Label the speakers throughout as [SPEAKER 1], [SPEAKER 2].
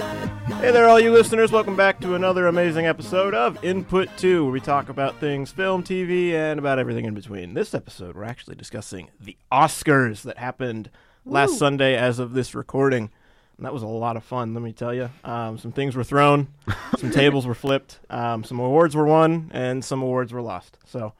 [SPEAKER 1] Hey there, all you listeners. Welcome back to another amazing episode of Input 2, where we talk about things film, TV, and about everything in between. This episode, we're actually discussing the Oscars that happened last Sunday as of this recording. And that was a lot of fun, let me tell you. Um, some things were thrown, some tables were flipped, um, some awards were won, and some awards were lost. So,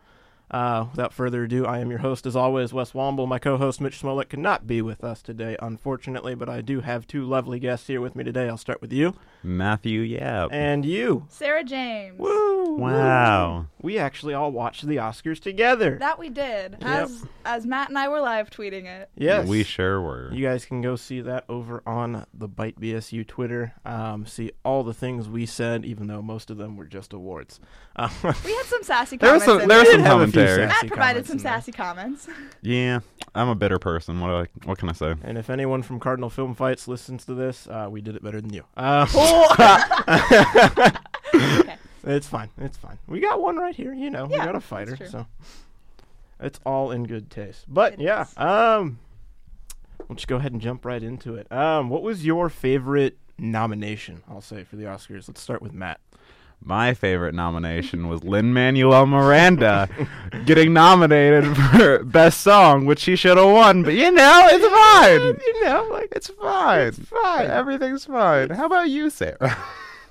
[SPEAKER 1] uh, without further ado, I am your host, as always, Wes Womble. My co host, Mitch Smollett, could not be with us today, unfortunately, but I do have two lovely guests here with me today. I'll start with you.
[SPEAKER 2] Matthew Yap.
[SPEAKER 1] And you.
[SPEAKER 3] Sarah James.
[SPEAKER 1] Woo!
[SPEAKER 2] wow.
[SPEAKER 1] We actually all watched the Oscars together.
[SPEAKER 3] That we did. As as Matt and I were live tweeting it.
[SPEAKER 1] yes.
[SPEAKER 2] We sure were.
[SPEAKER 1] you guys can go see that over on the Byte BSU Twitter. Um, see all the things we said, even though most of them were just awards. Um,
[SPEAKER 3] We had some sassy
[SPEAKER 2] There was some-
[SPEAKER 3] comments. in
[SPEAKER 2] there was
[SPEAKER 3] there.
[SPEAKER 2] some
[SPEAKER 1] have a few
[SPEAKER 2] commentary.
[SPEAKER 3] Matt
[SPEAKER 1] sassy
[SPEAKER 3] provided
[SPEAKER 1] comments
[SPEAKER 3] some
[SPEAKER 1] in there.
[SPEAKER 3] sassy comments.
[SPEAKER 2] yeah, I'm a bitter person. What do I, what can I say?
[SPEAKER 1] And if anyone from Cardinal Film Fights listens to this, uh, we did it better than you. Uh,
[SPEAKER 3] okay.
[SPEAKER 1] It's fine. It's fine. We got one right here. You know, we
[SPEAKER 3] Yeah,
[SPEAKER 1] got a
[SPEAKER 3] that's
[SPEAKER 1] fighter,
[SPEAKER 3] true.
[SPEAKER 1] so it's all in good taste. But
[SPEAKER 3] It
[SPEAKER 1] yeah,
[SPEAKER 3] is.
[SPEAKER 1] um, we'll just go ahead and jump right into it. Um, what was your favorite nomination? I'll say for the Oscars. Let's start with Matt.
[SPEAKER 2] My favorite nomination was Lin Manuel Miranda getting nominated for Best Song, which he should have won, but you know, it's fine.
[SPEAKER 1] You know, like
[SPEAKER 2] It's fine.
[SPEAKER 1] It's fine.
[SPEAKER 2] Everything's fine. How about you, Sarah?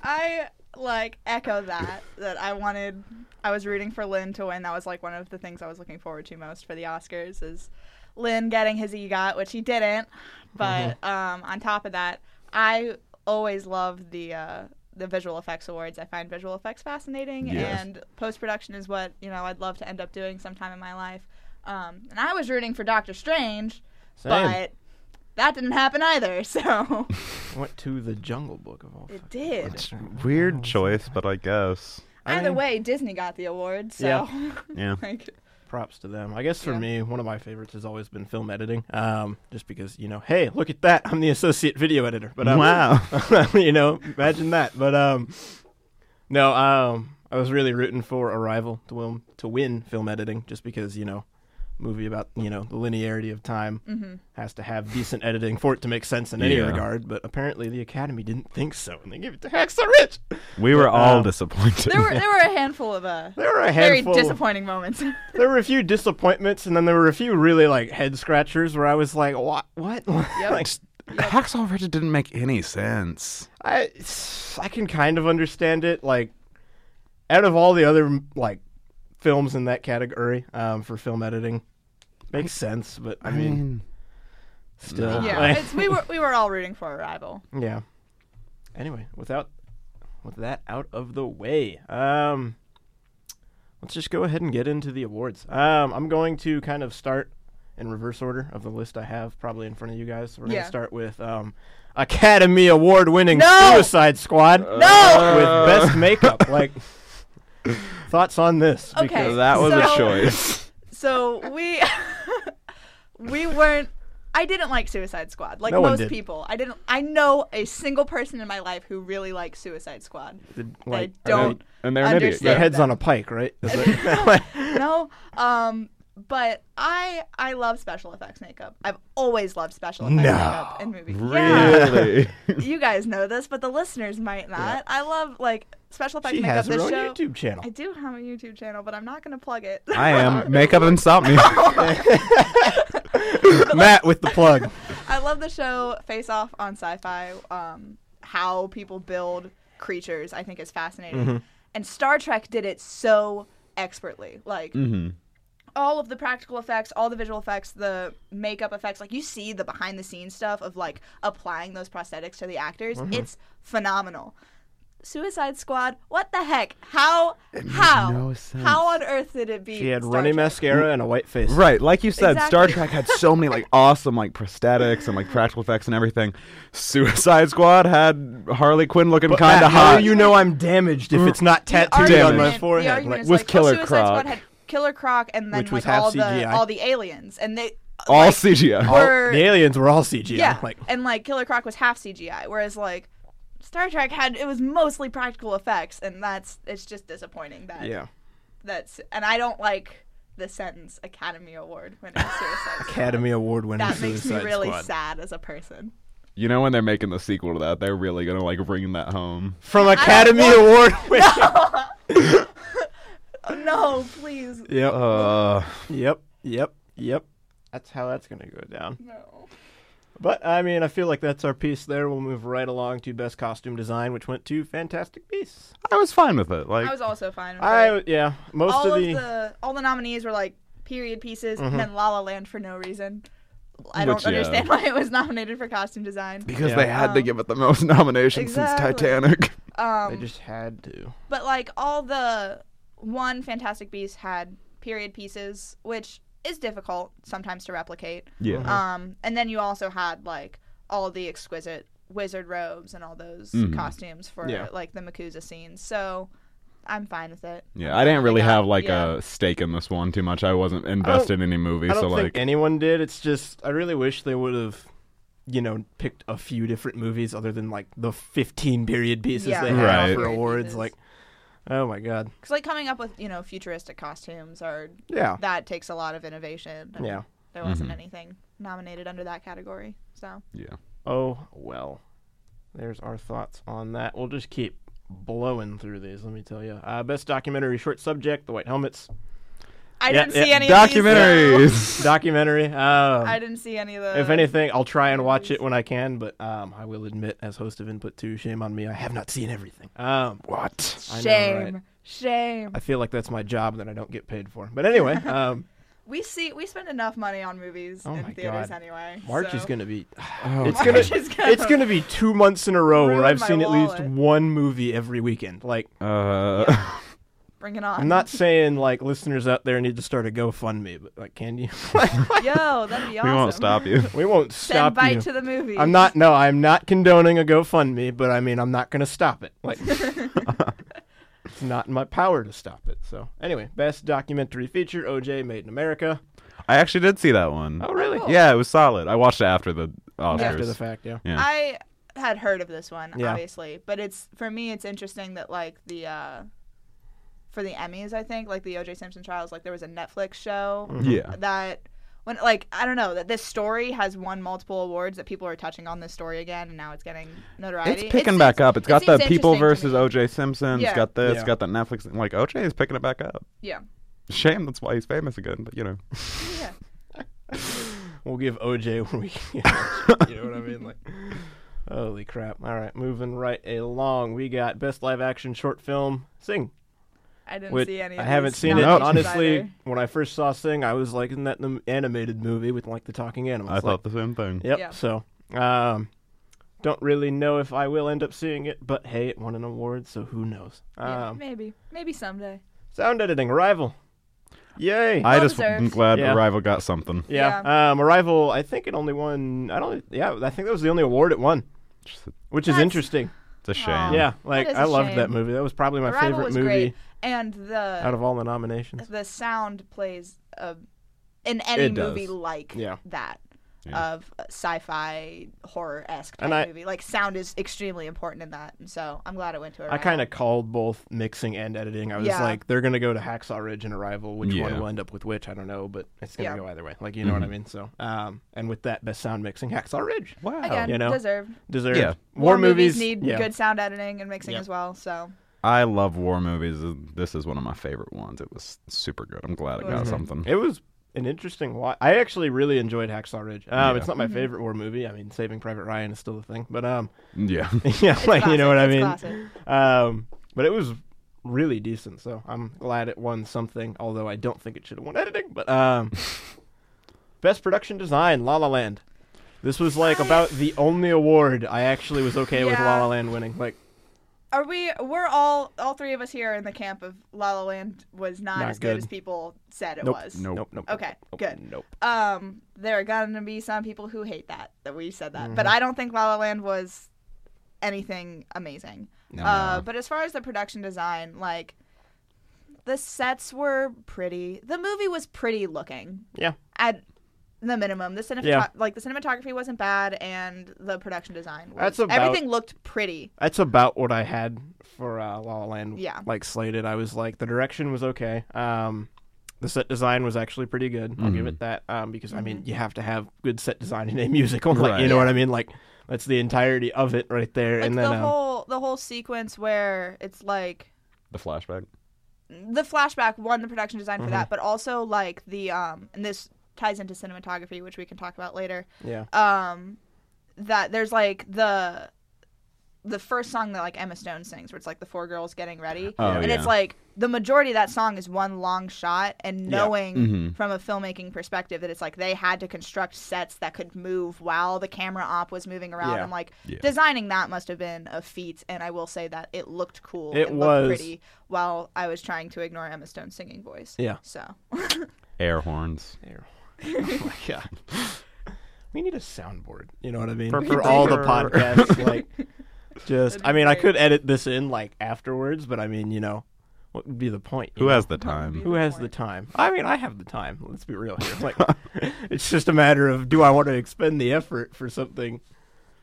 [SPEAKER 3] I like echo that that I wanted I was rooting for Lynn to win. That was like one of the things I was looking forward to most for the Oscars is Lynn getting his EGOT, which he didn't. But um, on top of that, I always love the uh, the visual effects awards. I find visual effects fascinating,
[SPEAKER 2] Yes.
[SPEAKER 3] and post production is what you know I'd love to end up doing sometime in my life. Um, and I was rooting for Doctor Strange,
[SPEAKER 1] same.
[SPEAKER 3] but that didn't happen either. So
[SPEAKER 1] Went to the Jungle Book of all.
[SPEAKER 3] it did.
[SPEAKER 1] Oh,
[SPEAKER 2] Weird choice, but I guess.
[SPEAKER 1] I
[SPEAKER 3] Either
[SPEAKER 1] mean-
[SPEAKER 3] way, Disney got the award, so
[SPEAKER 1] Yeah.
[SPEAKER 2] Yeah.
[SPEAKER 3] like
[SPEAKER 1] props to them. I guess for
[SPEAKER 3] Yeah.
[SPEAKER 1] me, one of my favorites has always been film editing. Um, just because you know, hey, look at that! I'm the associate video editor. But um,
[SPEAKER 2] wow.
[SPEAKER 1] you know, imagine that. But um, no, um, I was really rooting for Arrival to win to win film editing, just because you know, movie about you know the linearity of time
[SPEAKER 3] Mm-hmm.
[SPEAKER 1] has to have decent editing for it to make sense in any
[SPEAKER 2] Yeah.
[SPEAKER 1] regard. But apparently, the Academy didn't think so, and they gave it to Hacksaw Rich.
[SPEAKER 2] We were all
[SPEAKER 1] um,
[SPEAKER 2] disappointed.
[SPEAKER 3] there were there were a handful of uh
[SPEAKER 1] There were a
[SPEAKER 3] very
[SPEAKER 1] handful.
[SPEAKER 3] disappointing moments.
[SPEAKER 1] there were a few disappointments, and then there were a few really like head scratchers where I was like, "What? What?" like,
[SPEAKER 2] Just- Hacksaw Ridge didn't make any sense.
[SPEAKER 1] I I can kind of understand it. Like, out of all the other like films in that category um, for film editing, makes sense. But I mean, still,
[SPEAKER 3] yeah,
[SPEAKER 1] like-
[SPEAKER 3] it's, we were we were all rooting for Arrival.
[SPEAKER 1] yeah. Anyway, without with that out of the way, um, let's just go ahead and get into the awards. Um, I'm going to kind of start in reverse order of the list I have probably in front of you guys. So we're
[SPEAKER 3] Yeah.
[SPEAKER 1] gonna start with um, Academy Award-winning
[SPEAKER 3] No!
[SPEAKER 1] Suicide Squad.
[SPEAKER 3] No!
[SPEAKER 1] with best makeup. Like thoughts on this?
[SPEAKER 3] Okay.
[SPEAKER 1] Because-
[SPEAKER 2] that was a
[SPEAKER 3] So-
[SPEAKER 2] choice.
[SPEAKER 3] So we we weren't. I didn't like Suicide Squad, like
[SPEAKER 1] No one
[SPEAKER 3] most
[SPEAKER 1] did.
[SPEAKER 3] people. I didn't. I know a single person in my life who really likes Suicide Squad.
[SPEAKER 1] the- like,
[SPEAKER 3] they don't.
[SPEAKER 2] and they're an idiot.
[SPEAKER 1] Their
[SPEAKER 3] understand.
[SPEAKER 1] heads on a pike, right? Is it-
[SPEAKER 3] no. Um, but I I love special effects makeup. I've always loved special effects
[SPEAKER 1] No.
[SPEAKER 3] makeup in movies. Yeah.
[SPEAKER 2] Really?
[SPEAKER 3] you guys know this, but the listeners might not. I love like special effects
[SPEAKER 1] she
[SPEAKER 3] makeup.
[SPEAKER 1] has her
[SPEAKER 3] this
[SPEAKER 1] own
[SPEAKER 3] show.
[SPEAKER 1] YouTube channel.
[SPEAKER 3] I do have a YouTube channel, but I'm not gonna plug it.
[SPEAKER 2] I am. Makeup and stop me.
[SPEAKER 1] Matt with the plug.
[SPEAKER 3] I love the show Face Off on Sci-Fi. Um, how people build creatures, I think, is fascinating. And Star Trek did it so expertly. Like all of the practical effects, all the visual effects, the makeup effects. Like you see the behind-the-scenes stuff of like applying those prosthetics to the actors. It's phenomenal. Suicide Squad. What the heck? How? How?
[SPEAKER 2] no sense.
[SPEAKER 3] How on earth did it be?
[SPEAKER 1] She had
[SPEAKER 3] Star
[SPEAKER 1] runny
[SPEAKER 3] Trek?
[SPEAKER 1] mascara and a white face.
[SPEAKER 2] right, like you said, Star
[SPEAKER 3] Exactly.
[SPEAKER 2] Trek had so many like awesome like prosthetics and like practical effects and everything. Suicide Squad had Harley Quinn looking
[SPEAKER 1] But
[SPEAKER 2] kind
[SPEAKER 1] Matt,
[SPEAKER 2] of
[SPEAKER 1] how
[SPEAKER 2] hot.
[SPEAKER 1] do you know I'm damaged if it's not tattooed
[SPEAKER 3] argument-
[SPEAKER 1] on
[SPEAKER 2] Damaged.
[SPEAKER 1] my
[SPEAKER 2] The
[SPEAKER 3] The
[SPEAKER 1] forehead?
[SPEAKER 3] argument
[SPEAKER 1] Like,
[SPEAKER 3] is
[SPEAKER 2] with
[SPEAKER 3] like,
[SPEAKER 2] Killer
[SPEAKER 3] oh, Suicide
[SPEAKER 2] Croc.
[SPEAKER 3] Squad had Killer Croc and then
[SPEAKER 1] Which was
[SPEAKER 3] like
[SPEAKER 1] half
[SPEAKER 3] all
[SPEAKER 1] CGI.
[SPEAKER 3] the all the aliens and they
[SPEAKER 2] all
[SPEAKER 3] like,
[SPEAKER 2] CGI.
[SPEAKER 3] were-
[SPEAKER 1] oh, the aliens were all CGI.
[SPEAKER 3] yeah
[SPEAKER 1] Like
[SPEAKER 3] and like Killer Croc was half CGI whereas like Star Trek had it was mostly practical effects and that's it's just disappointing that
[SPEAKER 1] yeah.
[SPEAKER 3] that's and I don't like the sentence Academy Award winning Suicide Squad.
[SPEAKER 1] Academy Award winning
[SPEAKER 3] that makes me
[SPEAKER 1] Suicide
[SPEAKER 3] really
[SPEAKER 1] Squad.
[SPEAKER 3] sad as a person
[SPEAKER 2] You know when they're making the sequel to that, they're really gonna like bring that home.
[SPEAKER 1] From Academy Award winning.
[SPEAKER 3] Oh, No, please.
[SPEAKER 1] Yep.
[SPEAKER 2] Uh,
[SPEAKER 1] Yep. Yep. Yep. That's how that's going to go down.
[SPEAKER 3] No.
[SPEAKER 1] But I mean, I feel like that's our piece there. We'll move right along to best costume design, which went to Fantastic Beasts.
[SPEAKER 2] I was fine with it. Like,
[SPEAKER 3] I was also fine with it.
[SPEAKER 1] I yeah, most
[SPEAKER 3] All
[SPEAKER 1] of
[SPEAKER 3] of
[SPEAKER 1] the, Mm-hmm.
[SPEAKER 3] the all the nominees were like period pieces and then La La Land for no reason. I
[SPEAKER 2] Which,
[SPEAKER 3] don't
[SPEAKER 2] yeah.
[SPEAKER 3] understand why it was nominated for costume design.
[SPEAKER 2] because
[SPEAKER 1] Yeah.
[SPEAKER 2] they had to
[SPEAKER 3] Um,
[SPEAKER 2] give it the most nominations
[SPEAKER 3] exactly.
[SPEAKER 2] since Titanic.
[SPEAKER 1] they
[SPEAKER 3] Um,
[SPEAKER 1] just had to.
[SPEAKER 3] but like all the one Fantastic Beast had period pieces, which is difficult sometimes to replicate.
[SPEAKER 2] Yeah.
[SPEAKER 1] Mm-hmm.
[SPEAKER 3] Um, and then you also had like all the exquisite wizard robes and all those
[SPEAKER 2] Mm-hmm.
[SPEAKER 3] costumes for
[SPEAKER 1] Yeah.
[SPEAKER 3] like the Makuza scenes. So I'm fine with it.
[SPEAKER 2] Yeah, I didn't really
[SPEAKER 3] Yeah,
[SPEAKER 2] have like
[SPEAKER 3] Um, yeah.
[SPEAKER 2] a stake in this one too much. I wasn't invested in any movie,
[SPEAKER 1] Oh, I don't
[SPEAKER 2] so
[SPEAKER 1] think
[SPEAKER 2] like,
[SPEAKER 1] anyone did. It's just I really wish they would have, you know, picked a few different movies other than like the fifteen period pieces
[SPEAKER 3] Yeah.
[SPEAKER 1] they had
[SPEAKER 2] Right.
[SPEAKER 1] for
[SPEAKER 3] Period
[SPEAKER 1] awards.
[SPEAKER 3] pieces.
[SPEAKER 1] Like, oh my god,
[SPEAKER 3] Because like coming up with you know futuristic costumes or
[SPEAKER 1] yeah,
[SPEAKER 3] that takes a lot of innovation. and
[SPEAKER 1] Yeah.
[SPEAKER 3] There wasn't anything nominated under that category. So
[SPEAKER 2] yeah,
[SPEAKER 1] Oh well. There's our thoughts on that. We'll just keep blowing through these, let me tell you. Uh, best documentary short subject, The White Helmets.
[SPEAKER 3] I
[SPEAKER 1] Yeah,
[SPEAKER 3] didn't
[SPEAKER 1] yeah.
[SPEAKER 3] see any Of these,
[SPEAKER 2] documentaries.
[SPEAKER 1] documentary.
[SPEAKER 3] so
[SPEAKER 1] Um,
[SPEAKER 3] I didn't see any of the.
[SPEAKER 1] if anything, I'll try and watch it when I can, but um, I will admit, as host of Input 2, shame on me, I have not seen everything. Um,
[SPEAKER 2] what?
[SPEAKER 1] I know,
[SPEAKER 3] shame,
[SPEAKER 1] right?
[SPEAKER 3] shame.
[SPEAKER 1] I feel like that's my job that I don't get paid for. But anyway, um,
[SPEAKER 3] We see we spend enough money on movies
[SPEAKER 1] Oh my
[SPEAKER 3] in theaters
[SPEAKER 1] God.
[SPEAKER 3] anyway.
[SPEAKER 1] March
[SPEAKER 3] so.
[SPEAKER 1] is going to be.
[SPEAKER 2] Oh,
[SPEAKER 1] It's gonna,
[SPEAKER 3] March is gonna
[SPEAKER 1] it's gonna be two months in a row where
[SPEAKER 3] ruin
[SPEAKER 1] I've
[SPEAKER 3] my
[SPEAKER 1] seen at
[SPEAKER 3] wallet.
[SPEAKER 1] least one movie every weekend. Like,
[SPEAKER 2] Uh,
[SPEAKER 3] bring it on.
[SPEAKER 1] I'm not saying like listeners out there need to start a GoFundMe, but like, can you?
[SPEAKER 3] Yo, that'd be
[SPEAKER 2] we
[SPEAKER 3] awesome.
[SPEAKER 2] won't stop you.
[SPEAKER 1] we won't
[SPEAKER 3] Send
[SPEAKER 1] stop
[SPEAKER 3] bite
[SPEAKER 1] you.
[SPEAKER 3] to the movie.
[SPEAKER 1] I'm not. No, I'm not condoning a GoFundMe, but I mean, I'm not gonna stop it. Like, it's not in my power to stop it. So anyway, best documentary feature: OJ Made in America.
[SPEAKER 2] I actually did see that one.
[SPEAKER 1] Oh, really?
[SPEAKER 3] cool.
[SPEAKER 2] Yeah, it was solid. I watched it after the Oscars.
[SPEAKER 1] After the fact, yeah.
[SPEAKER 2] yeah.
[SPEAKER 3] I had heard of this one,
[SPEAKER 1] Yeah.
[SPEAKER 3] obviously, but it's for me. It's interesting that like the uh, for the Emmys, I think like the O.J. Simpson trials, like there was a Netflix show
[SPEAKER 1] Mm-hmm.
[SPEAKER 2] Yeah.
[SPEAKER 3] that when like I don't know that this story has won multiple awards that people are touching on this story again, and now it's getting
[SPEAKER 2] It's
[SPEAKER 3] notoriety. It
[SPEAKER 2] picking
[SPEAKER 3] seems-
[SPEAKER 2] back up. It's
[SPEAKER 3] it
[SPEAKER 2] got the
[SPEAKER 3] seems
[SPEAKER 2] people
[SPEAKER 3] interesting to
[SPEAKER 2] versus
[SPEAKER 3] me.
[SPEAKER 2] OJ Simpson.
[SPEAKER 3] Yeah.
[SPEAKER 2] It's got this.
[SPEAKER 1] Yeah.
[SPEAKER 2] It's got that Netflix. Like OJ is picking it back up.
[SPEAKER 3] Yeah,
[SPEAKER 2] Shame that's why he's famous again. But you know,
[SPEAKER 3] yeah.
[SPEAKER 1] We'll give OJ when we. Can. you know what I mean? Like, holy crap! All right, moving right along. We got best live action short film. Sing.
[SPEAKER 3] I didn't
[SPEAKER 1] Which
[SPEAKER 3] see any.
[SPEAKER 1] I
[SPEAKER 3] Of
[SPEAKER 1] haven't
[SPEAKER 3] these
[SPEAKER 1] seen it.
[SPEAKER 2] nominations
[SPEAKER 1] Honestly,
[SPEAKER 3] either.
[SPEAKER 1] when I first saw Sing, I was like, "Isn't that the animated movie with like the talking animals?"
[SPEAKER 2] I
[SPEAKER 1] Like,
[SPEAKER 2] thought the same thing.
[SPEAKER 1] Yep.
[SPEAKER 3] Yeah.
[SPEAKER 1] So, um, don't really know if I will end up seeing it, but hey, it won an award, so who knows?
[SPEAKER 3] Yeah,
[SPEAKER 1] Um,
[SPEAKER 3] maybe, maybe someday.
[SPEAKER 1] sound editing, Arrival. Yay.
[SPEAKER 2] I just
[SPEAKER 3] Well-deserved.
[SPEAKER 2] am glad
[SPEAKER 1] Yeah.
[SPEAKER 2] Arrival got something.
[SPEAKER 1] yeah. Um, Arrival. I think it only won. I don't. Yeah. I think that was the only award it won,
[SPEAKER 2] Just a-
[SPEAKER 1] which is
[SPEAKER 3] That's-
[SPEAKER 1] interesting.
[SPEAKER 2] It's a shame.
[SPEAKER 1] Yeah. Like
[SPEAKER 3] is a
[SPEAKER 1] I loved
[SPEAKER 3] shame.
[SPEAKER 1] that movie. That was probably my
[SPEAKER 3] Arrival
[SPEAKER 1] favorite
[SPEAKER 3] was
[SPEAKER 1] movie
[SPEAKER 3] great, and
[SPEAKER 1] out
[SPEAKER 3] the
[SPEAKER 1] of all the nominations.
[SPEAKER 3] the sound plays a, in any
[SPEAKER 2] It does.
[SPEAKER 3] movie like
[SPEAKER 1] Yeah.
[SPEAKER 3] that
[SPEAKER 2] Yeah.
[SPEAKER 3] of sci-fi horror esque
[SPEAKER 1] And I-
[SPEAKER 3] movie. Like sound is extremely important in that, and so I'm glad it went to.
[SPEAKER 1] I kind of called both mixing and editing. I was
[SPEAKER 3] Yeah.
[SPEAKER 1] like, they're gonna go to Hacksaw Ridge and Arrival. Which one
[SPEAKER 2] Yeah. Mm-hmm.
[SPEAKER 1] will end up with which? I don't know, but it's gonna
[SPEAKER 3] Yeah.
[SPEAKER 1] go either way. Like you know what I mean. So, um, and with that, best sound mixing, Hacksaw Ridge.
[SPEAKER 2] Wow.
[SPEAKER 3] again
[SPEAKER 1] you know?
[SPEAKER 3] deserved.
[SPEAKER 1] deserved.
[SPEAKER 2] Yeah.
[SPEAKER 1] War, movies,
[SPEAKER 3] need
[SPEAKER 1] yeah.
[SPEAKER 3] good sound editing and mixing
[SPEAKER 1] Yeah.
[SPEAKER 3] as well. So
[SPEAKER 2] I love war movies. This is one of my favorite ones. It was super good. I'm glad it got
[SPEAKER 3] Mhm.
[SPEAKER 2] something.
[SPEAKER 1] It was an interesting watch. I actually really enjoyed Hacksaw Ridge. Um,
[SPEAKER 2] Yeah.
[SPEAKER 1] It's
[SPEAKER 3] Mm-hmm.
[SPEAKER 1] not my favorite war movie. I mean, Saving Private Ryan is still a thing, but um, yeah,
[SPEAKER 2] Yeah.
[SPEAKER 1] like you
[SPEAKER 3] classic,
[SPEAKER 1] know what I
[SPEAKER 3] it's
[SPEAKER 1] mean.
[SPEAKER 3] classic.
[SPEAKER 1] Um, but it was really decent, so I'm glad it won something. Although I don't think it should have won editing, but um, best production design, La La Land. This was like about the only award I actually was okay with La
[SPEAKER 3] Yeah.
[SPEAKER 1] La Land winning. Like,
[SPEAKER 3] are we? We're all all three of us here in the camp of La La Land was not,
[SPEAKER 1] Not
[SPEAKER 3] as good.
[SPEAKER 1] good.
[SPEAKER 3] as people said it
[SPEAKER 1] Nope.
[SPEAKER 3] was.
[SPEAKER 2] Nope.
[SPEAKER 1] nope, nope.
[SPEAKER 3] Okay,
[SPEAKER 1] nope,
[SPEAKER 3] good.
[SPEAKER 1] Nope.
[SPEAKER 3] Um, there are gonna be some people who hate that that we said that, but
[SPEAKER 1] Mm-hmm.
[SPEAKER 3] I don't think La La Land was anything amazing. Uh, but as far as the production design, like the sets were pretty. The movie was pretty looking
[SPEAKER 1] Yeah.
[SPEAKER 3] at the minimum. The cinematography,
[SPEAKER 1] Yeah.
[SPEAKER 3] like the cinematography, wasn't bad, and the production design. Was,
[SPEAKER 1] That's about-
[SPEAKER 3] everything looked pretty.
[SPEAKER 1] That's about what I had for uh, La La Land.
[SPEAKER 3] Yeah.
[SPEAKER 1] Like slated, I was like the direction was okay. Um, the set design was actually pretty
[SPEAKER 2] Mm-hmm.
[SPEAKER 3] Mm-hmm.
[SPEAKER 1] good. I'll give it that. Um, because I mean, you have to have good set design in a musical. Like, you
[SPEAKER 2] Right.
[SPEAKER 1] know what I mean? Like That's the entirety of it right there.
[SPEAKER 3] Like
[SPEAKER 1] and
[SPEAKER 3] the
[SPEAKER 1] then um,
[SPEAKER 3] whole the whole sequence where it's like
[SPEAKER 2] The flashback.
[SPEAKER 3] the flashback one the production design for that, but also like the um and this ties into cinematography, which we can talk about later.
[SPEAKER 1] yeah,
[SPEAKER 3] um that there's like the the first song that like Emma Stone sings where it's like the four girls getting ready
[SPEAKER 2] Oh,
[SPEAKER 3] and
[SPEAKER 2] yeah.
[SPEAKER 3] it's like the majority of that song is one long shot and
[SPEAKER 1] Yeah. Mm-hmm.
[SPEAKER 3] knowing
[SPEAKER 2] Mhm.
[SPEAKER 3] from a filmmaking perspective that it's like they had to construct sets that could move while the camera op was moving around
[SPEAKER 1] Yeah.
[SPEAKER 3] I'm like
[SPEAKER 2] Yeah.
[SPEAKER 3] designing that must have been a feat and I will say that it looked cool
[SPEAKER 1] It
[SPEAKER 3] looked
[SPEAKER 1] was.
[SPEAKER 3] pretty while I was trying to ignore Emma Stone's singing voice
[SPEAKER 1] Yeah.
[SPEAKER 3] so
[SPEAKER 2] Air horns.
[SPEAKER 1] oh my god. We need a soundboard. You know what I mean?
[SPEAKER 2] Purr,
[SPEAKER 1] For
[SPEAKER 2] purr,
[SPEAKER 1] all the
[SPEAKER 2] purr.
[SPEAKER 1] podcasts, like, just.
[SPEAKER 3] That'd be
[SPEAKER 1] I mean, I
[SPEAKER 3] great.
[SPEAKER 1] could edit this in like afterwards, but I mean, you know, what would be the point? you
[SPEAKER 2] Who
[SPEAKER 1] know?
[SPEAKER 2] has the time?
[SPEAKER 1] Who has the time? I mean, I have the time. Let's be real here. Like, it's just a matter of do I want to expend the effort for something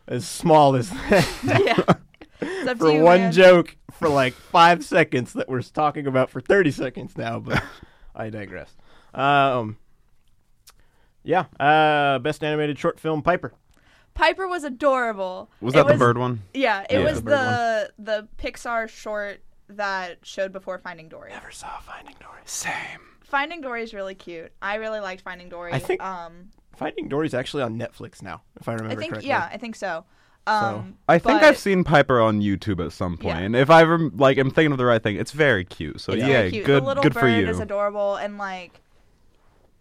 [SPEAKER 1] as small as that
[SPEAKER 3] yeah It's up to
[SPEAKER 1] for
[SPEAKER 3] you,
[SPEAKER 1] one
[SPEAKER 3] man.
[SPEAKER 1] joke for like five seconds that we're talking about for thirty seconds now. But I digress. Um, yeah, uh, best animated short film Piper.
[SPEAKER 3] Piper was adorable
[SPEAKER 2] Was
[SPEAKER 3] It
[SPEAKER 2] that the bird one?
[SPEAKER 3] Yeah, it
[SPEAKER 2] Yeah.
[SPEAKER 3] was
[SPEAKER 2] The
[SPEAKER 3] the the Pixar short that showed before Finding Dory.
[SPEAKER 1] Never saw Finding Dory.
[SPEAKER 2] Same.
[SPEAKER 3] Finding Dory is really cute. I really liked Finding Dory.
[SPEAKER 1] I think-
[SPEAKER 3] um
[SPEAKER 1] Finding Dory's actually on Netflix now, if I
[SPEAKER 3] I
[SPEAKER 1] remember
[SPEAKER 3] think
[SPEAKER 1] correctly.
[SPEAKER 3] yeah, I think so. Um
[SPEAKER 2] I think
[SPEAKER 3] but
[SPEAKER 2] I've seen Piper on YouTube at some point,
[SPEAKER 3] Yeah.
[SPEAKER 2] and if I rem- like, am thinking of the right thing. It's very cute. So
[SPEAKER 3] it's
[SPEAKER 2] yeah,
[SPEAKER 3] really cute.
[SPEAKER 2] good,
[SPEAKER 3] the little
[SPEAKER 2] good
[SPEAKER 3] bird
[SPEAKER 2] for you.
[SPEAKER 3] is adorable and like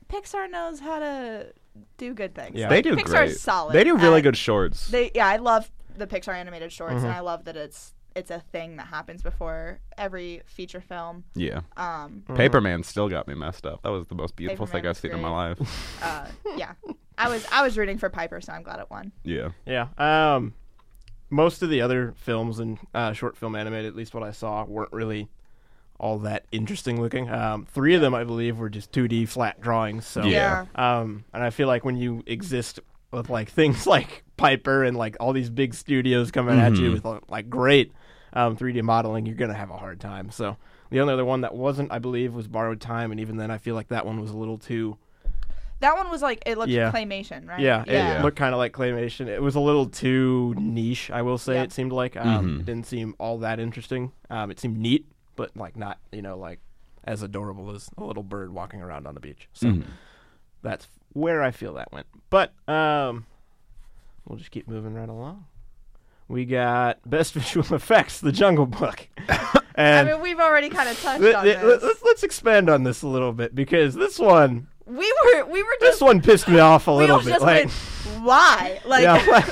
[SPEAKER 3] Pixar knows how to do good things.
[SPEAKER 1] Yeah.
[SPEAKER 2] They do
[SPEAKER 3] Pixar's
[SPEAKER 2] great.
[SPEAKER 3] solid
[SPEAKER 2] They do really
[SPEAKER 3] at-
[SPEAKER 2] good shorts.
[SPEAKER 3] They yeah, I love the Pixar animated shorts
[SPEAKER 2] Mm-hmm.
[SPEAKER 3] and I love that it's it's a thing that happens before every feature film.
[SPEAKER 2] yeah,
[SPEAKER 3] Um
[SPEAKER 2] Mm-hmm. Paperman still got me messed up. That was the most beautiful thing
[SPEAKER 3] Paperman
[SPEAKER 2] I've
[SPEAKER 3] was
[SPEAKER 2] seen in my life.
[SPEAKER 3] uh, yeah. I was I was rooting for Piper, so I'm glad it won.
[SPEAKER 2] yeah,
[SPEAKER 1] Yeah. Um, most of the other films and uh, short film animated, at least what I saw, weren't really all that interesting looking. Um, three of them, I believe, were just 2D flat drawings. So,
[SPEAKER 2] Yeah.
[SPEAKER 1] Um, and I feel like when you exist with like things like Piper and like all these big studios coming at you with uh, like great um, 3D modeling, you're gonna have a hard time. So the only other one that wasn't, I believe, was Borrowed Time, and even then, I feel like that one was a little too.
[SPEAKER 3] That one was like it looked
[SPEAKER 1] Yeah.
[SPEAKER 3] claymation, right?
[SPEAKER 1] Yeah,
[SPEAKER 3] yeah.
[SPEAKER 1] it looked kind of like claymation. It was a little too niche, I will say.
[SPEAKER 3] Yeah.
[SPEAKER 1] It seemed like um, it didn't seem all that interesting. Um, it seemed neat, but like not you know like as adorable as a little bird walking around on the beach. So
[SPEAKER 2] Mm. Mm-hmm.
[SPEAKER 1] that's where I feel that went. But um, we'll just keep moving right along. We got best visual effects, The Jungle Book,
[SPEAKER 3] I
[SPEAKER 1] and.
[SPEAKER 3] mean, we've already kind of touched
[SPEAKER 1] th-
[SPEAKER 3] on
[SPEAKER 1] th-
[SPEAKER 3] this.
[SPEAKER 1] let's, let's expand on this a little bit because this one,
[SPEAKER 3] we were we were
[SPEAKER 1] this
[SPEAKER 3] just
[SPEAKER 1] one pissed me off a
[SPEAKER 3] we
[SPEAKER 1] little
[SPEAKER 3] all
[SPEAKER 1] bit.
[SPEAKER 3] just
[SPEAKER 1] like,
[SPEAKER 3] went, why? Like
[SPEAKER 1] yeah,